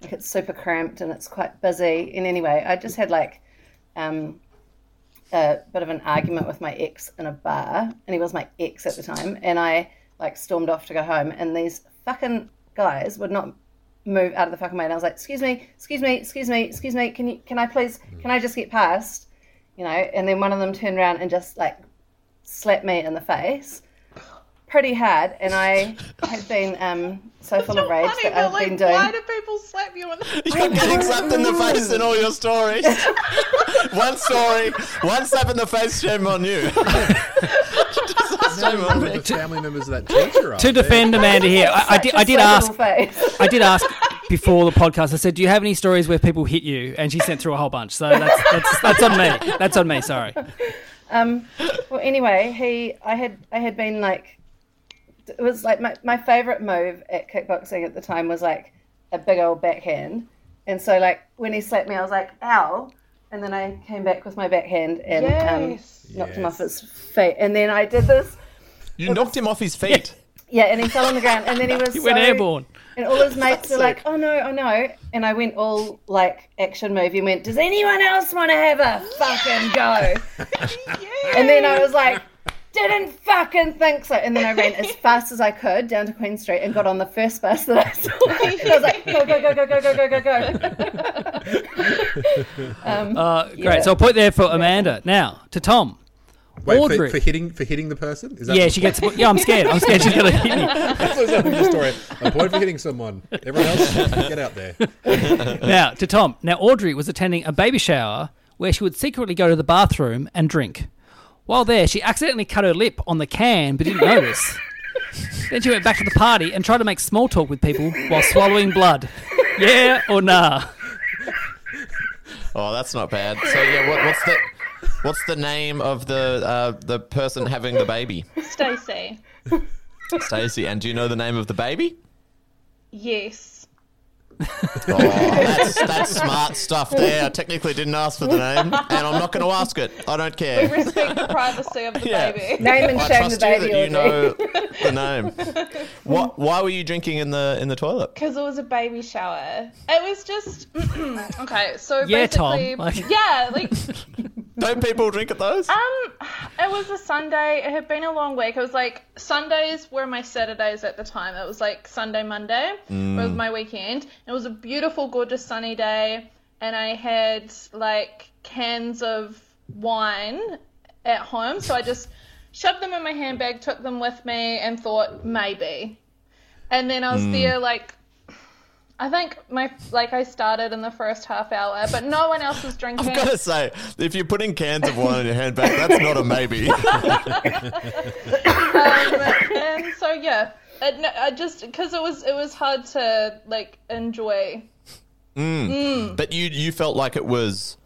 Like it's super cramped and it's quite busy. And anyway, I just had like um, a bit of an argument with my ex in a bar, and he was my ex at the time, and I like stormed off to go home, and these fucking guys would not move out of the fucking way, and I was like, "Excuse me, excuse me, excuse me, excuse me, can you, can I please, Hmm. can I just get past?" You know, and then one of them turned around and just like slapped me in the face, pretty hard, and I had been um, so full of rage Funny, that but I've like, been why doing. do people slap you on the You're getting slapped in the face in all (laughs) your stories. one story, one slap in the face, shame on you. shame on me. The family members of that teacher. (laughs) To defend Amanda here, I, I did, I did (laughs) ask. Face. I did ask before the podcast. I said, "Do you have any stories where people hit you?" And she sent through a whole bunch. So that's that's, that's on me. That's on me. Sorry. Well, anyway, he, I had, I had been like, it was like my, my favorite move at kickboxing at the time was like a big old backhand, and so like when he slapped me, I was like, ow. And then I came back with my backhand and Yes. um, knocked him Yes. off his feet. And then I did this, You knocked him off his feet. yeah, and he fell on the ground. And then he (laughs) was He went so- airborne. And all (laughs) his mates were like, "Oh no, oh no!" And I went all like action movie and went, "Does anyone else want to have a fucking go?" (laughs) And then I was like, "Didn't fucking think so." And then I (laughs) ran as fast as I could down to Queen Street and got on the first bus that I saw. (laughs) And I was like, "Go go go go go go go go go!" Uh, great. So a point there for Amanda. Now to Tom. Wait, for, Audrey. for hitting for hitting the person? Is that Yeah, she (laughs) gets. Yeah, I'm scared. I'm scared she's gonna hit me. That's what happened in the story. A point for hitting someone. Everyone else, get out there. Now to Tom. Now Audrey was attending a baby shower where she would secretly go to the bathroom and drink. While there, she accidentally cut her lip on the can but didn't notice. then she went back to the party and tried to make small talk with people while swallowing blood. Yeah or nah? Oh, that's not bad. So yeah, what, what's the what's the name of the uh, the person having the baby? Stacy? Stacey. And do you know the name of the baby? Yes. Oh, that's, that's smart stuff there. I technically didn't ask for the name, and I'm not going to ask it. I don't care. Respect the privacy (laughs) of the Yeah. baby. Name and I shame the trust you baby. that you Audrey. know the name. What? Why were you drinking in the in the toilet? Because it was a baby shower. It was just (clears throat) okay. So Yeah, Tom, basically, like- yeah, like Don't people drink at those? Um, it was a Sunday. It had been a long week. It was like Sundays were my Saturdays at the time. It was like Sunday, Monday was my weekend. It was a beautiful, gorgeous sunny day, and I had like cans of wine at home. So I just shoved them in my handbag, took them with me, and thought maybe. And then I was there like. I think my like I started in the first half hour, but no one else was drinking. I've got to say, if you're putting cans of wine in your handbag, that's not a maybe. Um, and so yeah, it, no, I just because it was it was hard to like enjoy. but you you felt like it was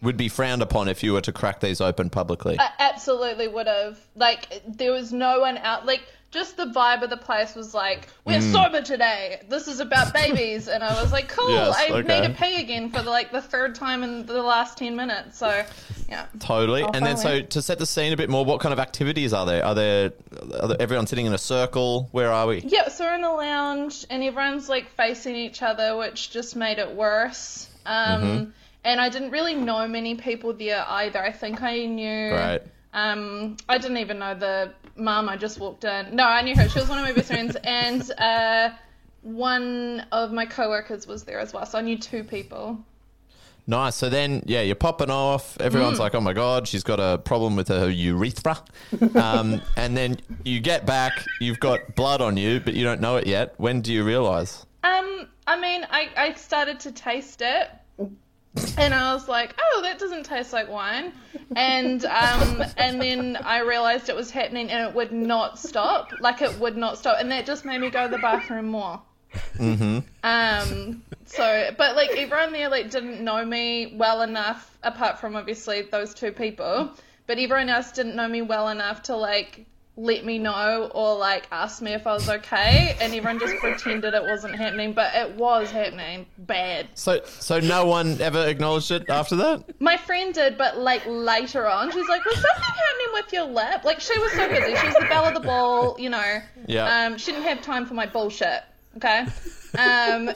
would be frowned upon if you were to crack these open publicly. I absolutely would have like there was no one out like. Just the vibe of the place was like, we're Mm. sober today. This is about babies, and I was like, cool. Yes, I okay. need to pee again for the, like the third time in the last ten minutes. So, yeah. Totally. and then, so oh, finally. to set the scene a bit more, what kind of activities are there? Are there, are there everyone sitting in a circle? Where are we? Yeah, so we're in the lounge and everyone's like facing each other, which just made it worse. Um, And I didn't really know many people there either. I think I knew. Right. Um, I didn't even know the mum. I just walked in. No, I knew her. She was one of my best friends, and uh, one of my coworkers was there as well. So I knew two people. Nice. So then, yeah, you're popping off. Everyone's like, oh my God, she's got a problem with her urethra. um, and then you get back, you've got blood on you, but you don't know it yet. When do you realize? Um, I mean, I, I started to taste it, and I was like, "Oh, that doesn't taste like wine," and um, and then I realized it was happening, and it would not stop. Like it would not stop, and that just made me go to the bathroom more. Mm-hmm. Um. So, but like everyone there, like didn't know me well enough, apart from obviously those two people. But everyone else didn't know me well enough to like let me know or like ask me if I was okay, and everyone just pretended it wasn't happening, but it was happening bad. So, so no one ever acknowledged it after that? My friend did, but like later on, she's like, "Was something happening with your lip?" Like she was so busy. She was the belle of the ball, you know. Yeah. Um, she didn't have time for my bullshit. Okay. Um,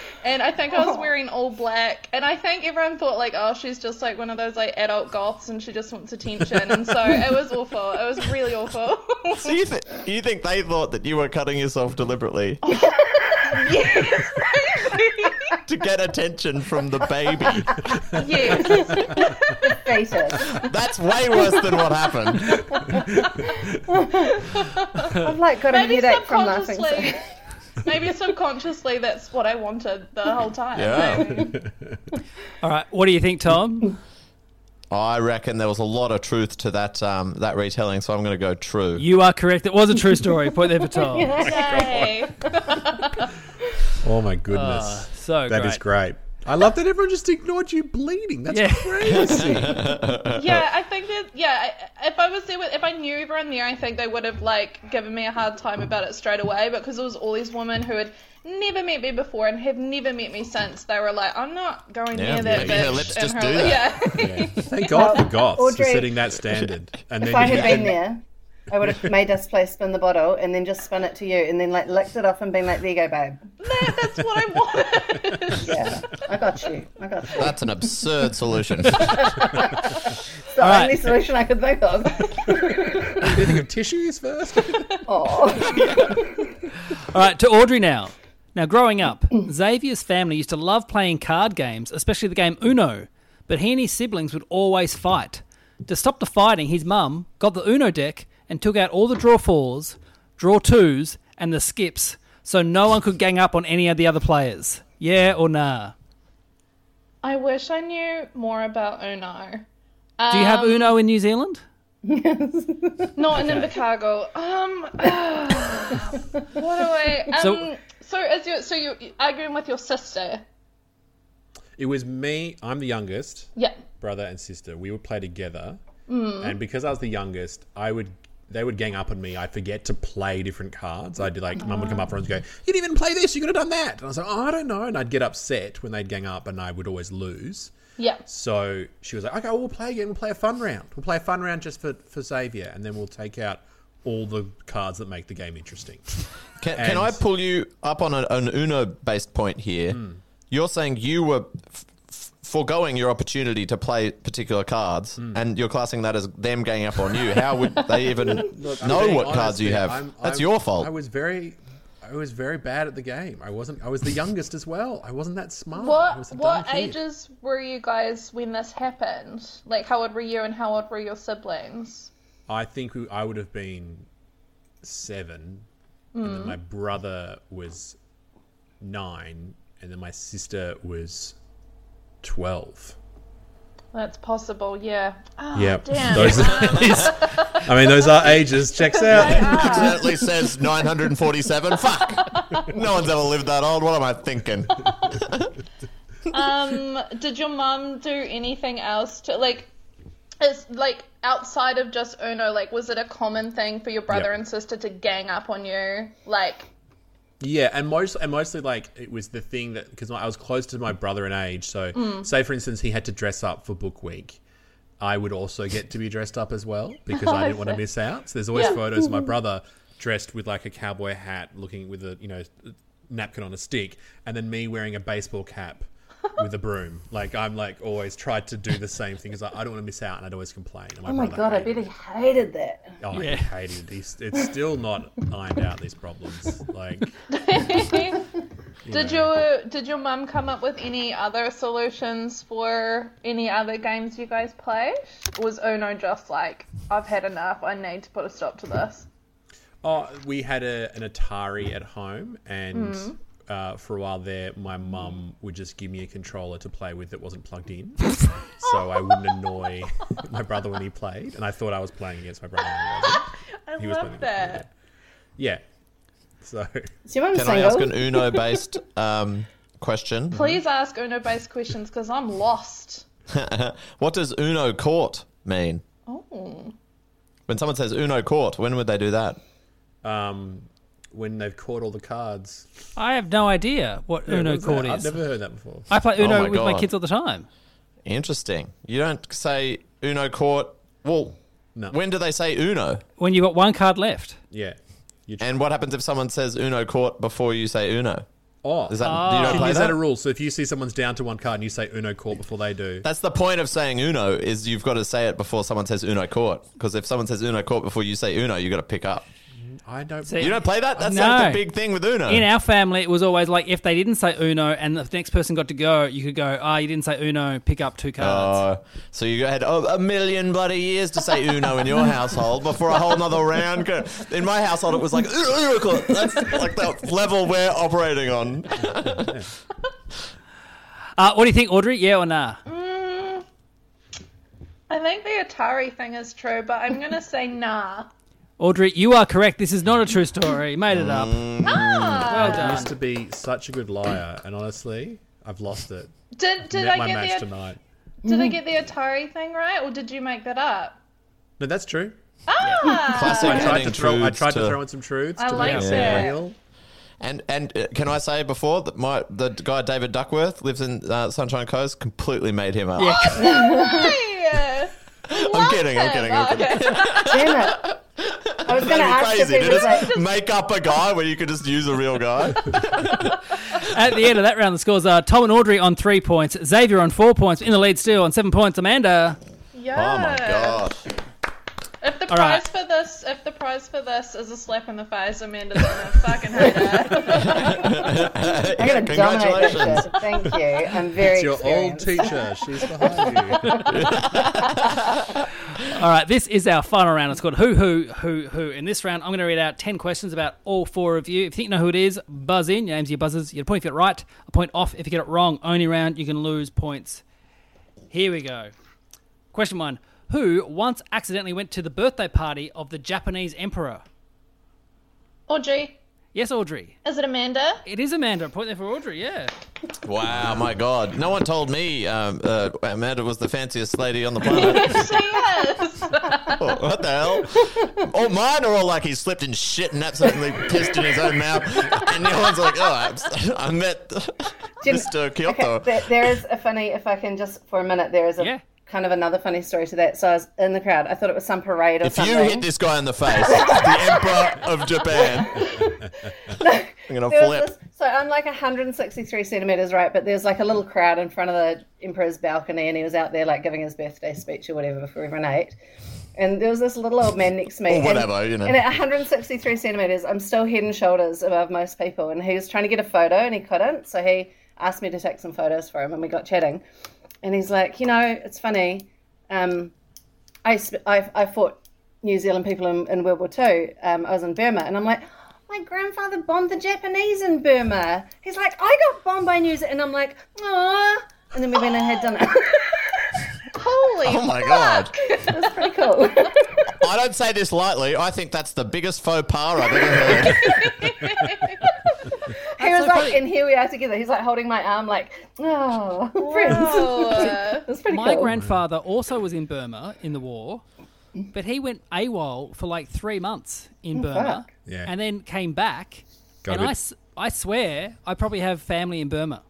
(laughs) and I think I Oh. was wearing all black, and I think everyone thought like, "Oh, she's just like one of those like adult goths, and she just wants attention." And so it was awful. It was really (laughs) awful. So you, th- you think they thought that you were cutting yourself deliberately? yes. to get attention from the baby. (laughs) Yes. fetus. That's way worse than what happened. I've like got a maybe headache from laughing. subconsciously. maybe subconsciously, that's what I wanted the whole time. Yeah. All right, what do you think, Tom? I reckon there was a lot of truth to that um, that retelling, so I'm going to go true. You are correct. It was a true story. Point there for (laughs) Tom. Yay. Oh my goodness. Ah, so That great. is great. I love that everyone just ignored you bleeding. That's Yeah. crazy. yeah, I think that yeah, I- if I was there, with, if I knew everyone there, I think they would have like given me a hard time about it straight away because it was all these women who had never met me before and have never met me since. They were like, "I'm not going Yeah, near that maybe her bitch." lips and just her- do that. Yeah, (laughs) Thank God for goths for Audrey- setting that standard. And then If I you had can- been there, I would have made us play spin the bottle and then just spun it to you and then like licked it off and been like, there you go, babe. That- that's what I wanted. Yeah, I got you. I got you. That's an absurd solution. It's the right. only solution I could think (laughs) of. Did you think of tissues first? Oh, All right, to Audrey now. Now, growing up, Xavier's family used to love playing card games, especially the game Uno, but he and his siblings would always fight. To stop the fighting, his mum got the Uno deck and took out all the draw fours, draw twos, and the skips so no one could gang up on any of the other players. Yeah or nah? (laughs) I wish I knew more about Uno. Do you have Uno in New Zealand? Not in Invercargill. Um, (laughs) what do I? Um, So- so, is your so you're arguing with your sister? It was me. I'm the youngest. Yeah. brother and sister. We would play together, and because I was the youngest, I would they would gang up on me. I'd forget to play different cards. I'd be like, mum would come up for and go, "You didn't even play this. You could have done that." And I was like, "Oh, I don't know," and I'd get upset when they'd gang up, and I would always lose. Yeah. So she was like, "Okay, we'll play again. We'll play a fun round. We'll play a fun round just for for Xavier, and then we'll take out." All the cards that make the game interesting. Can, can I And- pull you up on a, an Uno based point here? Hmm. You're saying you were f- f- foregoing your opportunity to play particular cards, Hmm. and you're classing that as them going up on you. How would (laughs) they even I'm know being what honest cards you there. have? I'm- That's I'm- your fault. I was very, I was very bad at the game. I wasn't. I was the youngest as well. I wasn't that smart. I Oh, was What a what dumb kid. ages were you guys when this happened? Like, how old were you and how old were your siblings? I think we, I would have been seven, and Hmm. then my brother was nine, and then my sister was twelve. That's possible. Yeah. Oh, yep. Damn. Those (laughs) are, I mean, those are ages. Checks out. accidentally (laughs) says 947. Fuck! No one's ever lived that old. What am (laughs) I thinking? (laughs) um, did your mum do anything else to like? It's like outside of just Uno. Like, was it a common thing for your brother Yep. and sister to gang up on you? (laughs) Like, (laughs) Yeah, and most and mostly like it was the thing that because I was close to my brother in age. So, Mm. say for instance, he had to dress up for book week. I would also get to be dressed up as (laughs) well because I didn't want to miss out. So there's always Yeah. photos of my Mm-hmm. brother dressed with like a cowboy hat, looking with a you know napkin on a stick, and then me wearing a baseball (laughs) cap with a broom. Like I'm like always tried to do the same thing because I, I don't want to miss out, and I'd always complain. And oh my brother god, I hated bet it. he hated that. Oh, I hated it. He's- It's still not ironed out these problems. Like. did your did your mum come up with any other solutions for any other games you guys played? Or was Uno just like, I've had enough. I need to put a stop to this. Oh, we had a, an Atari at home, and Hmm. uh, for a while there, my mum would just give me a controller to play with that wasn't plugged in, (laughs) so I wouldn't annoy my brother when he played. And I thought I was playing against my brother. and I wasn't. (laughs) I He was love playing that. Yeah. So So your mum's Can I ask single. an Uno based um, question? Please ask Uno based questions because I'm lost. What does Uno court mean? Oh. When someone says Uno court, when would they do that? um, when they've caught all the cards, I have no idea what What Uno was that? court I've is. never Oh heard that before. I play Uno my with my God. kids all the time. Interesting. You don't say Uno court. Well, No. when do they say Uno? When you've got one card left. Yeah. You And what happens if someone says Uno court before you say Uno? oh, Is that do you Ah. not play is that that? a rule? So if you see someone's down to one card and you say Uno court before they do, That's the point of saying Uno is you've got to say it before someone says Uno court because if someone says Uno court before you say Uno, you got to pick up. I don't. See- You don't play that? That's No. like the big thing with Uno. In our family, it was always like if they didn't say Uno and the next person got to go, you could go, ah, you didn't say Uno, pick up two cards. Oh, so you had oh, a million bloody years to say Uno in your household before a whole another round. go- In my household, it was like "Uno, Uno." that's like that level we're operating on. Uh, what do you think, Audrey? Yeah or nah? I think the Atari thing is true, but I'm gonna say nah. Audrey, you are correct. This is not a true story. You Made it up. Well I done. used to be such a good liar, and honestly, I've lost it. Did did Met I my get match the tonight. did I get the Atari thing right, or did you make that up? No, that's true. Classic. I tried adding to throw. I truths tried to, throw in some truths I to like make it that. seem real. And and uh, can I say before that my the guy David Duckworth lives in uh, Sunshine Coast completely made him up. Yeah. I'm kidding. I'm kidding. I'm kidding. Damn it. I was going to ask (laughs) Crazy if to he was like, just make up a guy where you could just use a real guy. At the end of that round, the scores are Tom and Audrey on three points, Xavier on four points, in the lead still on seven points, Amanda. Yeah. Oh my god. If the All right. prize for this, if the prize for this is a slap in the face, Amanda's gonna fucking hate (laughs) it. I'm going to dominate Congratulations. this shit. Thank you. I'm very It's your old experienced. teacher. She's behind you. All right, this is our final round. It's called Who, Who, Who, Who. In this round, I'm going to read out 10 questions about all four of you. If you think you know who it is, buzz in. Your names, your buzzers. You get a point if you get it right, a point off if you get it wrong. Only round, you can lose points. Here we go. Question one Who once accidentally went to the birthday party of the Japanese emperor? Audrey, Yes, Audrey. is it Amanda? It is Amanda. Point there for Audrey, yeah. Wow, my God. No one told me um, uh, Amanda was the fanciest lady on the planet. she is. Oh, what the hell? All mine are all like he slipped in shit and absolutely pissed in his own mouth. And the other one's like, oh, I'm, I met Jim- Mr. Kyoto. There, there is a funny, if I can just for a minute, there is a Yeah. kind of another funny story to that. So I was in the crowd. I thought it was some parade or If something. you hit this guy in the face, the Emperor of Japan, I'm going to (laughs) There was flip. this- so I'm like 163 centimeters, right? But there's like a little crowd in front of the emperor's balcony, and he was out there like giving his birthday speech or whatever before everyone ate. And there was this little old man next to me. Or and- whatever, you know. And at 163 centimeters, I'm still head and shoulders above most people. And he was trying to get a photo, and he couldn't. So he asked me to take some photos for him, and we got chatting. And he's like, you know, it's funny. Um, I, sp- I, I fought New Zealand people in, in World War Two. Um, I was in Burma, and I'm like, my grandfather bombed the Japanese in Burma. He's like, I got bombed by New Zealand, and I'm like, ah. And then we went and had dinner. (laughs) Holy. Oh my God. That's pretty cool. I don't say this lightly. I think that's the biggest faux pas I've ever heard. he was like, and here we are together. He's like holding my arm, like, oh, (laughs) friends. (laughs) Wow. That's pretty My cool. grandfather also was in Burma in the war, but he went AWOL for like three months in Burma Oh, fuck. Yeah. and then came back. Got a and I, bit- s- I swear, I probably have family in (laughs) Burma.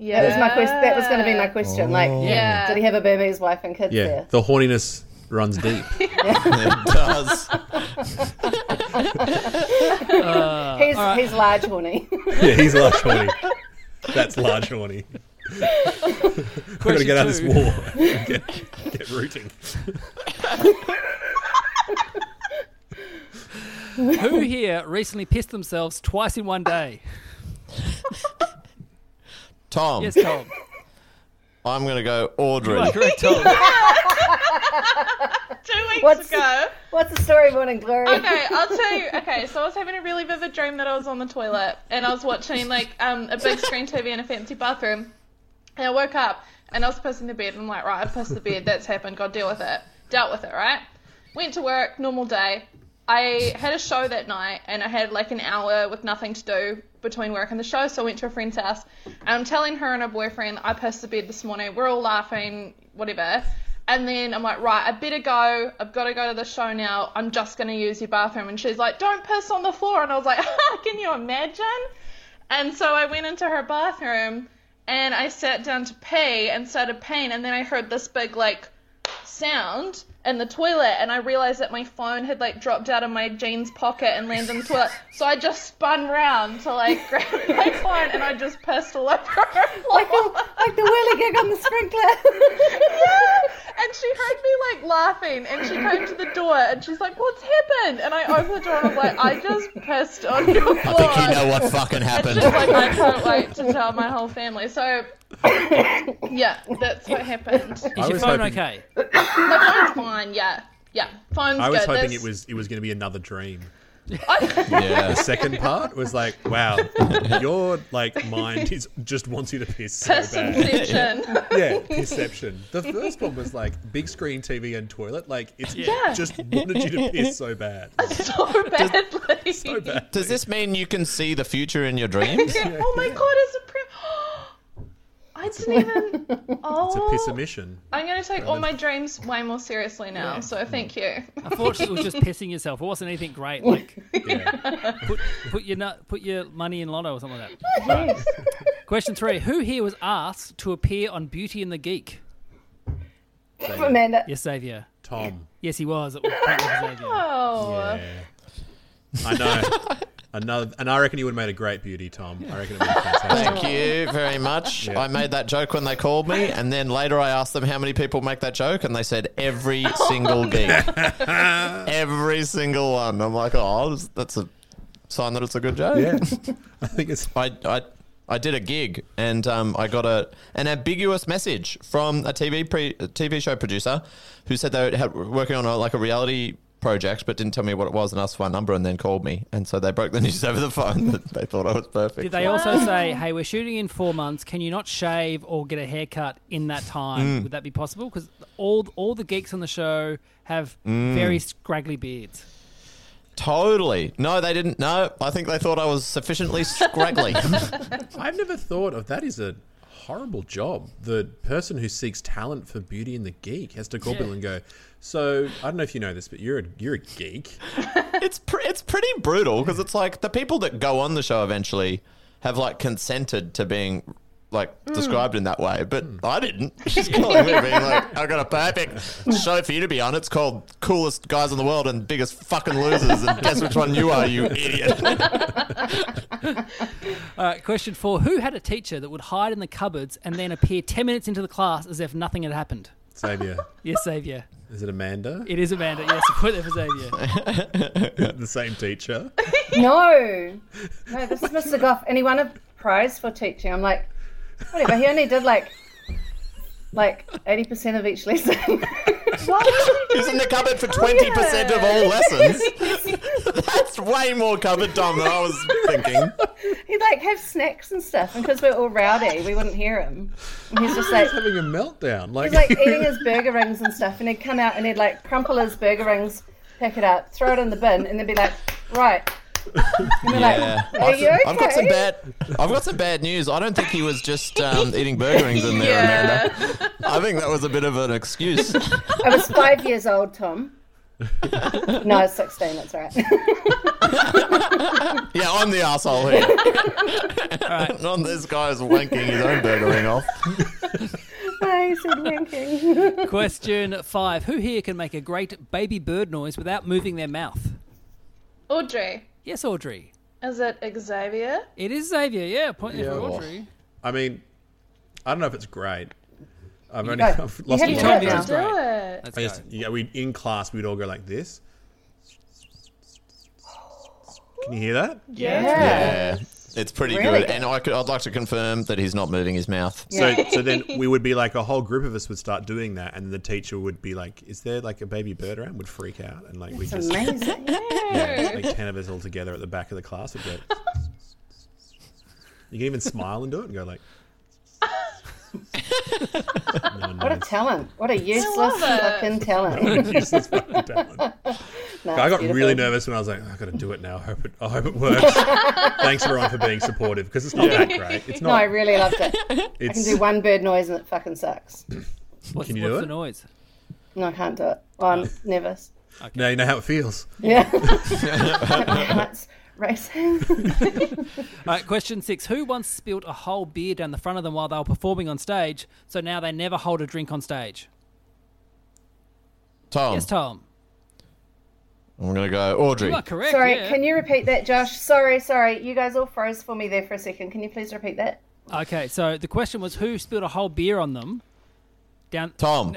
that was my question. That was going to be my question. Like, Yeah. did he have a Burmese wife and kids Yeah, there? the horniness runs deep. It does. He's he's large, horny. (laughs) yeah, he's large horny. That's large horny. We're gonna get out of this two. war. (laughs) and Get, get rooting. Who here recently pissed themselves twice in one (laughs) day? Tom, Yes, Tom. I'm going to go Audrey. Correct, Tom. Two weeks What's- ago. What's the story, morning glory? (laughs) Okay, I'll tell you. Okay, so I was having a really vivid dream that I was on the toilet and I was watching like um, a big screen TV in a fancy bathroom, and I woke up and I was pissing the bed. And I'm like, right, I pissed the bed. That's happened. God, deal with it. Dealt with it, right? Went to work, normal day. I had a show that night and I had like an hour with nothing to do between work and the show, so I went to a friend's house. And I'm telling her and her boyfriend I pissed the bed this morning. We're all laughing, whatever. And then I'm like, right, I better go. I've got to go to the show now. I'm just going to use your bathroom. And she's like, don't piss on the floor. And I was like, (laughs) can you imagine? And so I went into her bathroom and I sat down to pee and started peeing. And then I heard this big, like, sound in the toilet. And I realized that my phone had, like, dropped out of my jeans pocket and landed in the toilet. So I just spun round to, like, (laughs) grab my phone and I just pissed all over her. (laughs) like, a, like the whirligig on the sprinkler. (laughs) and she heard me like laughing, and she came to the door, and she's like, "What's happened?" And I opened the door, and I'm like, "I just pissed on your floor." I think you know what fucking It's happened. just like I can't wait to tell my whole family. So, yeah, that's what happened. I Is your was phone hoping- okay? My phone's fine. Yeah, yeah, phone's I was good. hoping it That's- was it was going to be another dream. yeah. (laughs) The second part was like, wow, your like mind is just wants you to piss so piss bad. inception. (laughs) Yeah, perception. The first one was like big screen TV and toilet. Like it's just wanted you to piss so bad. (laughs) so badly. So bad. Does this mean you can see the future in your dreams? oh my god, it's a pre. (gasps) I didn't even. (laughs) It's a Oh, piss emission. I'm gonna take all my dreams way more seriously now. So thank you. Unfortunately, it was just pissing yourself. It wasn't anything great. Like Yeah. put, put your nut, put your money in lotto or something like that. Right. Question three: Who here was asked to appear on Beauty and the Geek? Amanda. Yes, Xavier. Tom. Yes, he was. It was apparently Xavier. Oh, Yeah. I know. Another, and I reckon you would have made a great beauty, Tom. I reckon it would have been fantastic. Thank you very much. I made that joke when they called me, and then later I asked them how many people make that joke, and they said (laughs) every single geek, every single one. I'm like, oh, that's a sign that it's a good joke. Yeah. I think it's I, I, I did a gig and um, I got a an ambiguous message from a TV pre, a TV show producer who said they had, were working on a, like a reality project but didn't tell me what it was and asked for my number and then called me and so they broke the news (laughs) over the phone that they thought I was perfect. Did they also say, "Hey, we're shooting in four months. Can you not shave or get a haircut in that Mm. time? Would that be possible?" Because all all the geeks on the show have Mm. very scraggly beards. Totally. No, they didn't. No, I think they thought I was sufficiently scraggly. I've never thought of that as a horrible job. The person who seeks talent for beauty and the geek has to call people and go, "So I don't know if you know this, but you're a, you're a geek." it's pre- it's pretty brutal because it's like the people that go on the show eventually have like consented to being like described in that way, but I didn't. (laughs) She's calling me being like, "I got a perfect show for you to be on. It's called Coolest Guys in the World and Biggest Fucking Losers, and guess which one you are, you idiot." All right, question four: Who had a teacher that would hide in the cupboards and then appear ten minutes into the class as if nothing had happened? (laughs) Xavier, Yes, Xavier. is it Amanda? It is Amanda. Yes, (laughs) a point there for Xavier. the same (laughs) teacher. No, no, this is Mr. Goff, and he won a prize for teaching. I'm like, whatever. He only did like, like eighty percent of each lesson. (laughs) Who's in the cupboard for twenty percent of all lessons? (laughs) That's way more cupboard Tom than I was thinking. He'd like have snacks and stuff, and because we're all rowdy, we wouldn't hear him. And he's just like, He's having a meltdown. Like, he's like eating his burger rings and stuff, and he'd come out and he'd like crumple his burger rings, pick it up, throw it in the bin, and then be like, right. And we're Yeah. like, are you okay? I've got some bad. I've got some bad news. I don't think he was just um, eating burger rings in there, Amanda. I think that was a bit of an excuse. I was five years old, Tom. No, I was sixteen. That's all right. (laughs) yeah, I'm the asshole here. (laughs) Not this guy's wanking his own burger ring off. I said wanking. Question five: Who here can make a great baby bird noise without moving their mouth? Audrey, Yes, Audrey. is it Xavier? It is Xavier. Yeah, point there for Yeah. Audrey. (laughs) I mean, I don't know if it's great. I've only No. (laughs) I've You lost had my to Tom do thinks it it's now. Do great. it. Let's I just, go. yeah, we in class we'd all go like this. Can you hear that? Yeah. Yeah, it's pretty Really good. And I could, I'd like to confirm that he's not moving his mouth. So, so (laughs) then we would be like a whole group of us would start doing that, and the teacher would be like, "Is there like a baby bird around?" Would freak out, and like we It's just (laughs) amazing. yeah, like ten of us all together at the back of the class would go. you can even smile and do it, and go like. no, What a no, talent. What a useless it. fucking talent. useless "Oh, fucking talent. (laughs) No, I got it's really beautiful. nervous when I was like, "Oh, "I got to do it now. I hope it, I hope it (laughs) works." Thanks everyone for being supportive because it's not that great. It's No, I not. really loved (laughs) it. I can it's do one bird noise and it fucking sucks. What's, Can you what's do the it? noise? No, I can't do it. Well, I'm nervous. now you know how it feels. Yeah. My (laughs) heart's racing. All right, question six. Who once spilled a whole beer down the front of them while they were performing on stage, so now they never hold a drink on stage? Tom, Yes, Tom. I'm gonna go Audrey. You are correct. Sorry, yeah. can you repeat that, Josh? Sorry, sorry. You guys all froze for me there for a second. Can you please repeat that? Okay, so the question was who spilled a whole beer on them down Tom,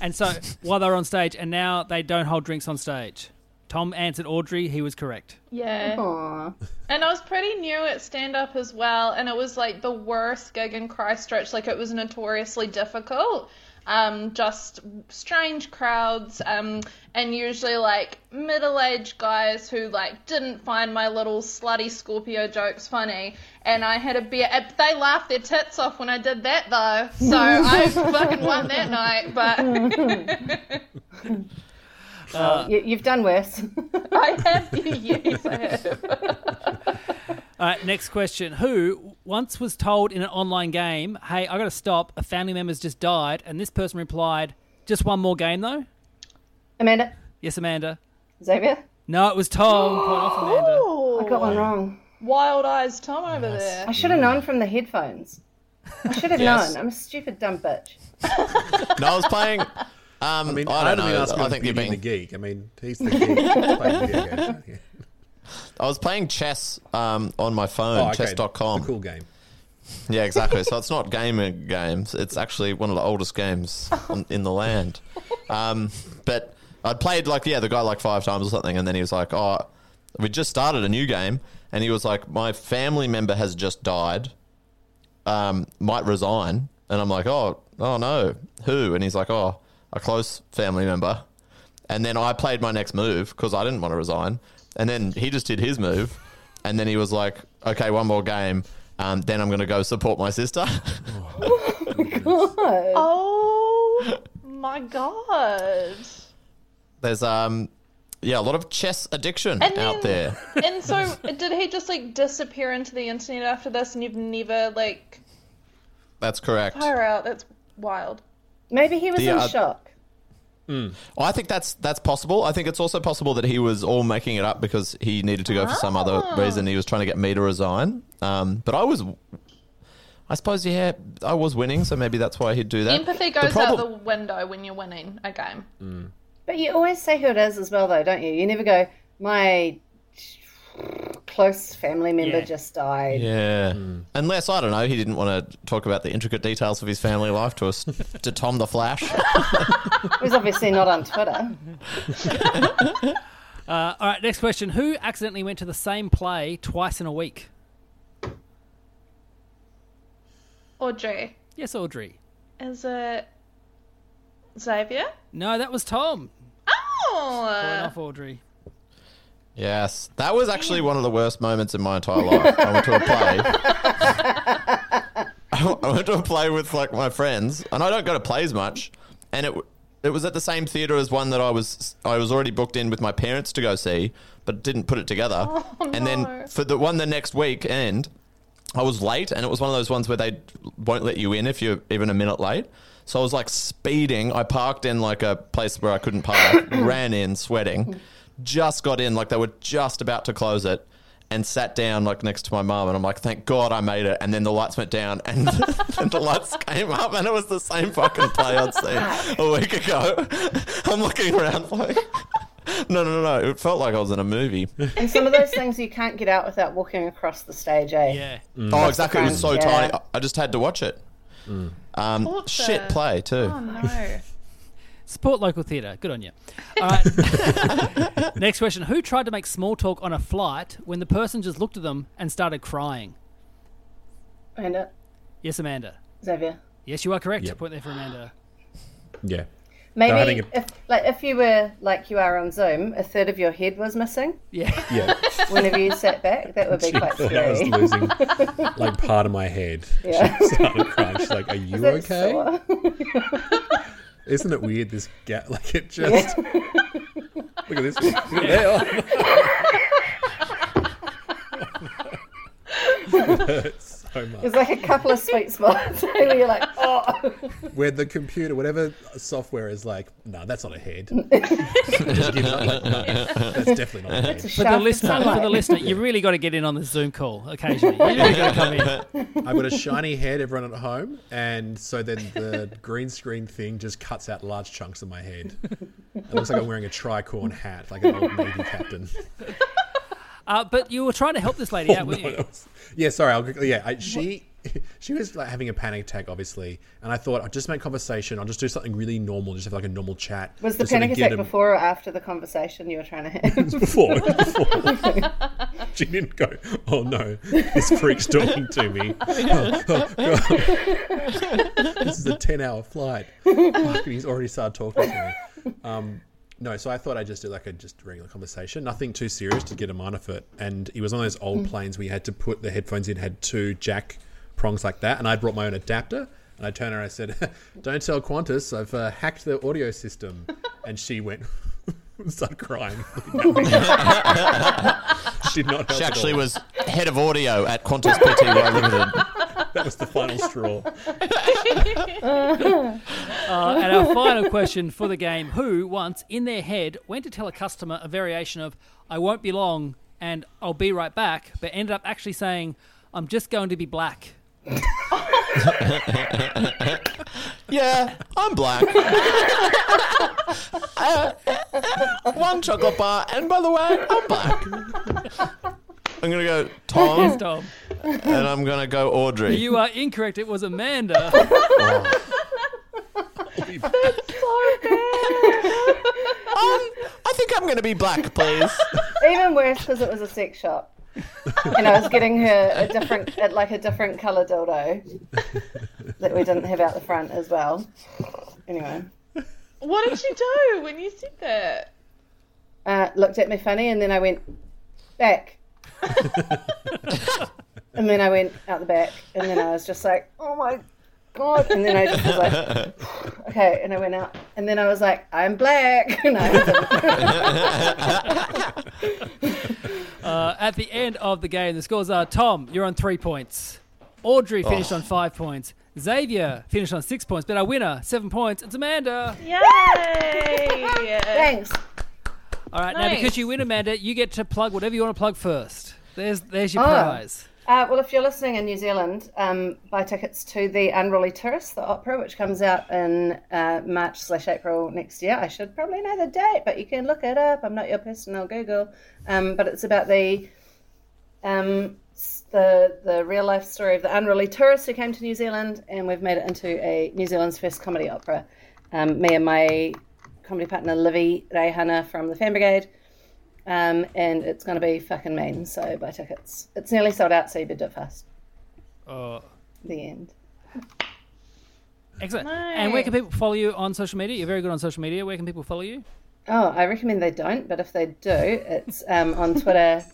And so while they were on stage, and now they don't hold drinks on stage. Tom answered Audrey. He was correct. Yeah. Aw. And I was pretty new at stand up as well, and it was like the worst gig in Christchurch. Like it was notoriously difficult. Um, just strange crowds, um, and usually like middle aged guys who like didn't find my little slutty Scorpio jokes funny. And I had a beer. uh, They laughed their tits off when I did that though, so (laughs) I fucking won that night. But you, you've done worse. I have, (laughs) yes, I have. All right, next question. Who once was told in an online game, "Hey, I got to stop. A family member's just died," and this person replied, "Just one more game though." Amanda, Yes, Amanda. Xavier, No, it was Tom. Point off, Amanda. I got one wrong. Wild eyes Tom over there. I should have known from the headphones. I should have (laughs) Yes. known. I'm a stupid dumb bitch. No, I was playing. Um, I, I mean, don't I, don't know. mean asking I think you've the been. geek. I mean, he's the geek. playing video games. (laughs) Yeah. I was playing chess um, on my phone, Oh, okay. chess.com. It's a cool game. Yeah, exactly. so it's not gamer games. It's actually one of the oldest games on, in the land. Um, but I'd played like yeah, the guy like five times or something, and then he was like, "Oh, we just started a new game," and he was like, "My family member has just died. Um, might resign." And I'm like, "Oh, oh no, who?" And he's like, "Oh, a close family member." And then I played my next move because I didn't want to resign. And then he just did his move. And then he was like, okay, one more game. Um, then I'm going to go support my sister. (laughs) Oh my god. There's, um, yeah, a lot of chess addiction And out then- there. And so (laughs) did he just like disappear into the internet after this and you've never like That's correct. fire out? That's wild. Maybe he was The uh, in oth- shock. I think that's that's possible. I think it's also possible that he was all making it up because he needed to go for some other Ah. reason. He was trying to get me to resign. Um, but I was, I suppose, yeah, I was winning, so maybe that's why he'd do that. Empathy The goes out problem- Mm. the window when you're winning a game. But you always say who it is as well, though, don't you? You never go, my close family member Yeah. just died. (laughs) Yeah. Unless, I don't know, he didn't want to talk about the intricate details of his family life to us, (laughs) to Tom the Flash. It was obviously not on Twitter. Uh, all right, next question. Who accidentally went to the same play twice in a week? Audrey, Yes, Audrey. is it Xavier? No, that was Tom. Point Oh, off, Audrey. yes. That was actually one of the worst moments in my entire life. I went to a play. (laughs) I went to a play with, like, my friends, and I don't go to plays much, and it. w- It was at the same theater as one that I was I was already booked in with my parents to go see, but didn't put it together. and then for the one the next weekend, I was late, and it was one of those ones where they won't let you in if you're even a minute late. So I was like speeding. I parked in like a place where I couldn't park, ran in sweating, just got in like they were just about to close it, and sat down like next to my mum. And I'm like, thank God I made it. And then the lights went down, and (laughs) then the lights came up, and it was the same fucking play I'd seen a week ago. (laughs) I'm looking around like, (laughs) no, no, no, no. It felt like I was in a movie. And some of those things you can't get out without walking across the stage, eh? Yeah. Oh, exactly. It was so Yeah. tiny. I- I just had to watch it. Um, What shit the- play too. (laughs) oh no. Support local theatre. Good on you. All right. (laughs) next question. Who tried to make small talk on a flight when the person just looked at them and started crying? Amanda, Yes, Amanda. Xavier. Yes, you are correct. Yep. Point there for Amanda. Yeah. They're Maybe having a- if, like, if you were like you are on Zoom, a third of your head was missing Yeah. (laughs) (laughs) Yeah. whenever you sat back. That would be quite Well, (laughs) that was scary. (laughs) losing like part of my head. Yeah. She started crying. She's like, "Are you (laughs) That's okay? sore. (laughs) Isn't it weird? This gap, (laughs) like it just look at this. Look at that. Hurts (laughs) so much. There's like a couple of sweet spots (laughs) where you're like, oh, Where the computer, whatever software is like, no, that's not a (laughs) head. (laughs) Just give up, like, no, that's definitely not a head. it's a For shaft the of listener, for the (laughs) sunlight. listener, you really got to get in on the Zoom call occasionally. You really got to come in. I've got a shiny head, everyone at home, and so then the green screen thing just cuts out large chunks of my head. It looks like I'm wearing a tricorn hat, like an old navy captain. Uh, but you were trying to help this lady out, weren't No, you? that was- yeah, sorry. I'll, quickly- yeah, I, she she was like having a panic attack, obviously. And I thought, I'll just make conversation. I'll just do something really normal, just have like a normal chat. Was the just sort of panic get attack him- before or after the conversation you were trying to have? before, (laughs) before. she didn't go, oh no, this freak's talking to me. Oh, oh, God. this is a 10 hour flight. Fuck, he's already started talking to me. Um, no, so I thought I'd just do like a just regular conversation, nothing too serious to get him out of it. And it was one of those old planes where you had to put the headphones in, had two jack prongs like that. And I brought my own adapter. And I turned her and I said, (laughs) Don't tell Qantas, I've uh, hacked their audio system. And she went, (laughs) started (laughs) crying. (laughs) she did not help at She actually all. was head of audio at Qantas PTY Limited. That was the final straw. Uh, and our final question for the game Who once, in their head, went to tell a customer a variation of, I won't be long and I'll be right back, but ended up actually saying, I'm just going to be black? Yeah, I'm black. Uh, one chocolate bar, and by the way, I'm black. I'm gonna go Tom, Tom, and I'm gonna go Audrey. you are incorrect. It was Amanda. Um, I think I'm gonna be black, please. Even worse because it was a sex shop. and I was getting her a different, at like a different color dildo that we didn't have out the front as well. Anyway, What did she do when you said that? uh, looked at me funny, and then I went back, and then I went out the back, and then I was just like, oh my god, and then I just was like, okay, and I went out, and then I was like, I'm black, (laughs) and I Uh, at the end of the game, the scores are Tom, you're on three points. Audrey finished on five points. Xavier finished on six points, but our winner, seven points, it's Amanda. (laughs) Yay! thanks. All right, now Nice. because you win, Amanda, you get to plug whatever you want to plug first. There's there's your Oh. prize. Uh, well, if you're listening in New Zealand, um, buy tickets to The Unruly Tourist, the opera, which comes out in uh, March slash April next year. I should probably know the date, but you can look it up. I'm not your personal Google. Um, but it's about the um, s- the the real life story of the unruly tourist who came to New Zealand, and we've made it into a New Zealand's first comedy opera. Um, me and my comedy partner Livy Rayhana from the Fan Brigade, um, and it's going to be fucking mean. So buy tickets. It's nearly sold out, so you better do it fast. Oh, The end. excellent. And where can people follow you on social media? You're very good on social media. Where can people follow you? Oh, I recommend they don't, but if they do, it's um, on Twitter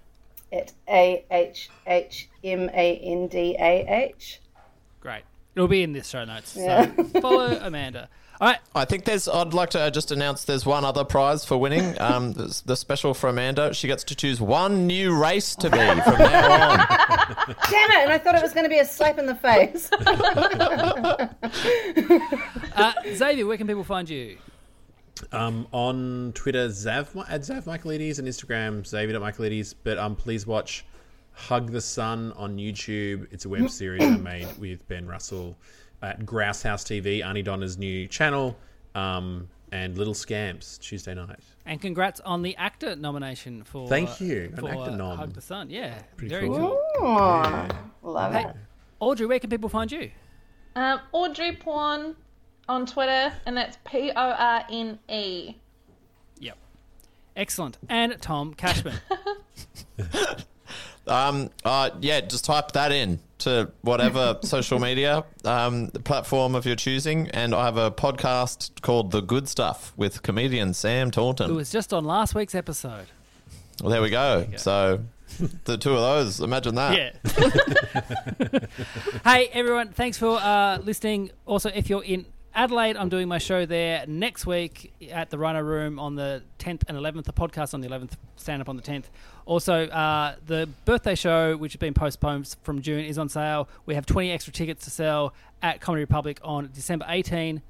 (laughs) at a h h m a n d a h. Great. It'll be in this show notes. So follow Amanda. All right. I think there's. I'd like to just announce there's one other prize for winning. Um, there's the special for Amanda. She gets to choose one new race to be from now on. Damn it! And I thought it was going to be a slap in the face. Uh, Xavier, where can people find you? Um, on Twitter, Zav at Zav Michaelides and Instagram, Xavier.Michaelides. But um, please watch Hug the Sun on YouTube. It's a web series I made with Ben Russell at Grouse House TV, Arnie Donna's new channel, um, and Little Scamps Tuesday night. And congrats on the actor nomination for. Thank you. An For actor nom. Hug the Sun. Yeah. Pretty very cool. cool. Aw, (laughs) love it. Audrey, where can people find you? Um, Audrey Porn on Twitter, and that's P O R N E. Yep. Excellent. And Tom Cashman. (laughs) Um, uh, yeah, just type that in to (laughs) whatever social media um, platform of your choosing. And I have a podcast called The Good Stuff with comedian Sam Taunton. who was just on last week's episode. well, there we go. So the two of those, imagine (laughs) that. (laughs) hey, everyone, thanks for uh, listening. Also, if you're in Adelaide, I'm doing my show there next week at the Rhino Room on the 10th and 11th, the podcast on the 11th, stand up on the 10th. Also, uh, the birthday show, which has been postponed from June, is on sale. We have 20 extra tickets to sell at Comedy Republic on December 18.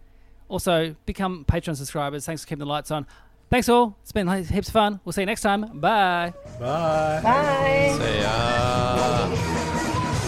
Also, become Patreon subscribers. Thanks for keeping the lights on. Thanks all. It's been heaps of fun. We'll see you next time. Bye. Bye. Bye. Hey, uh,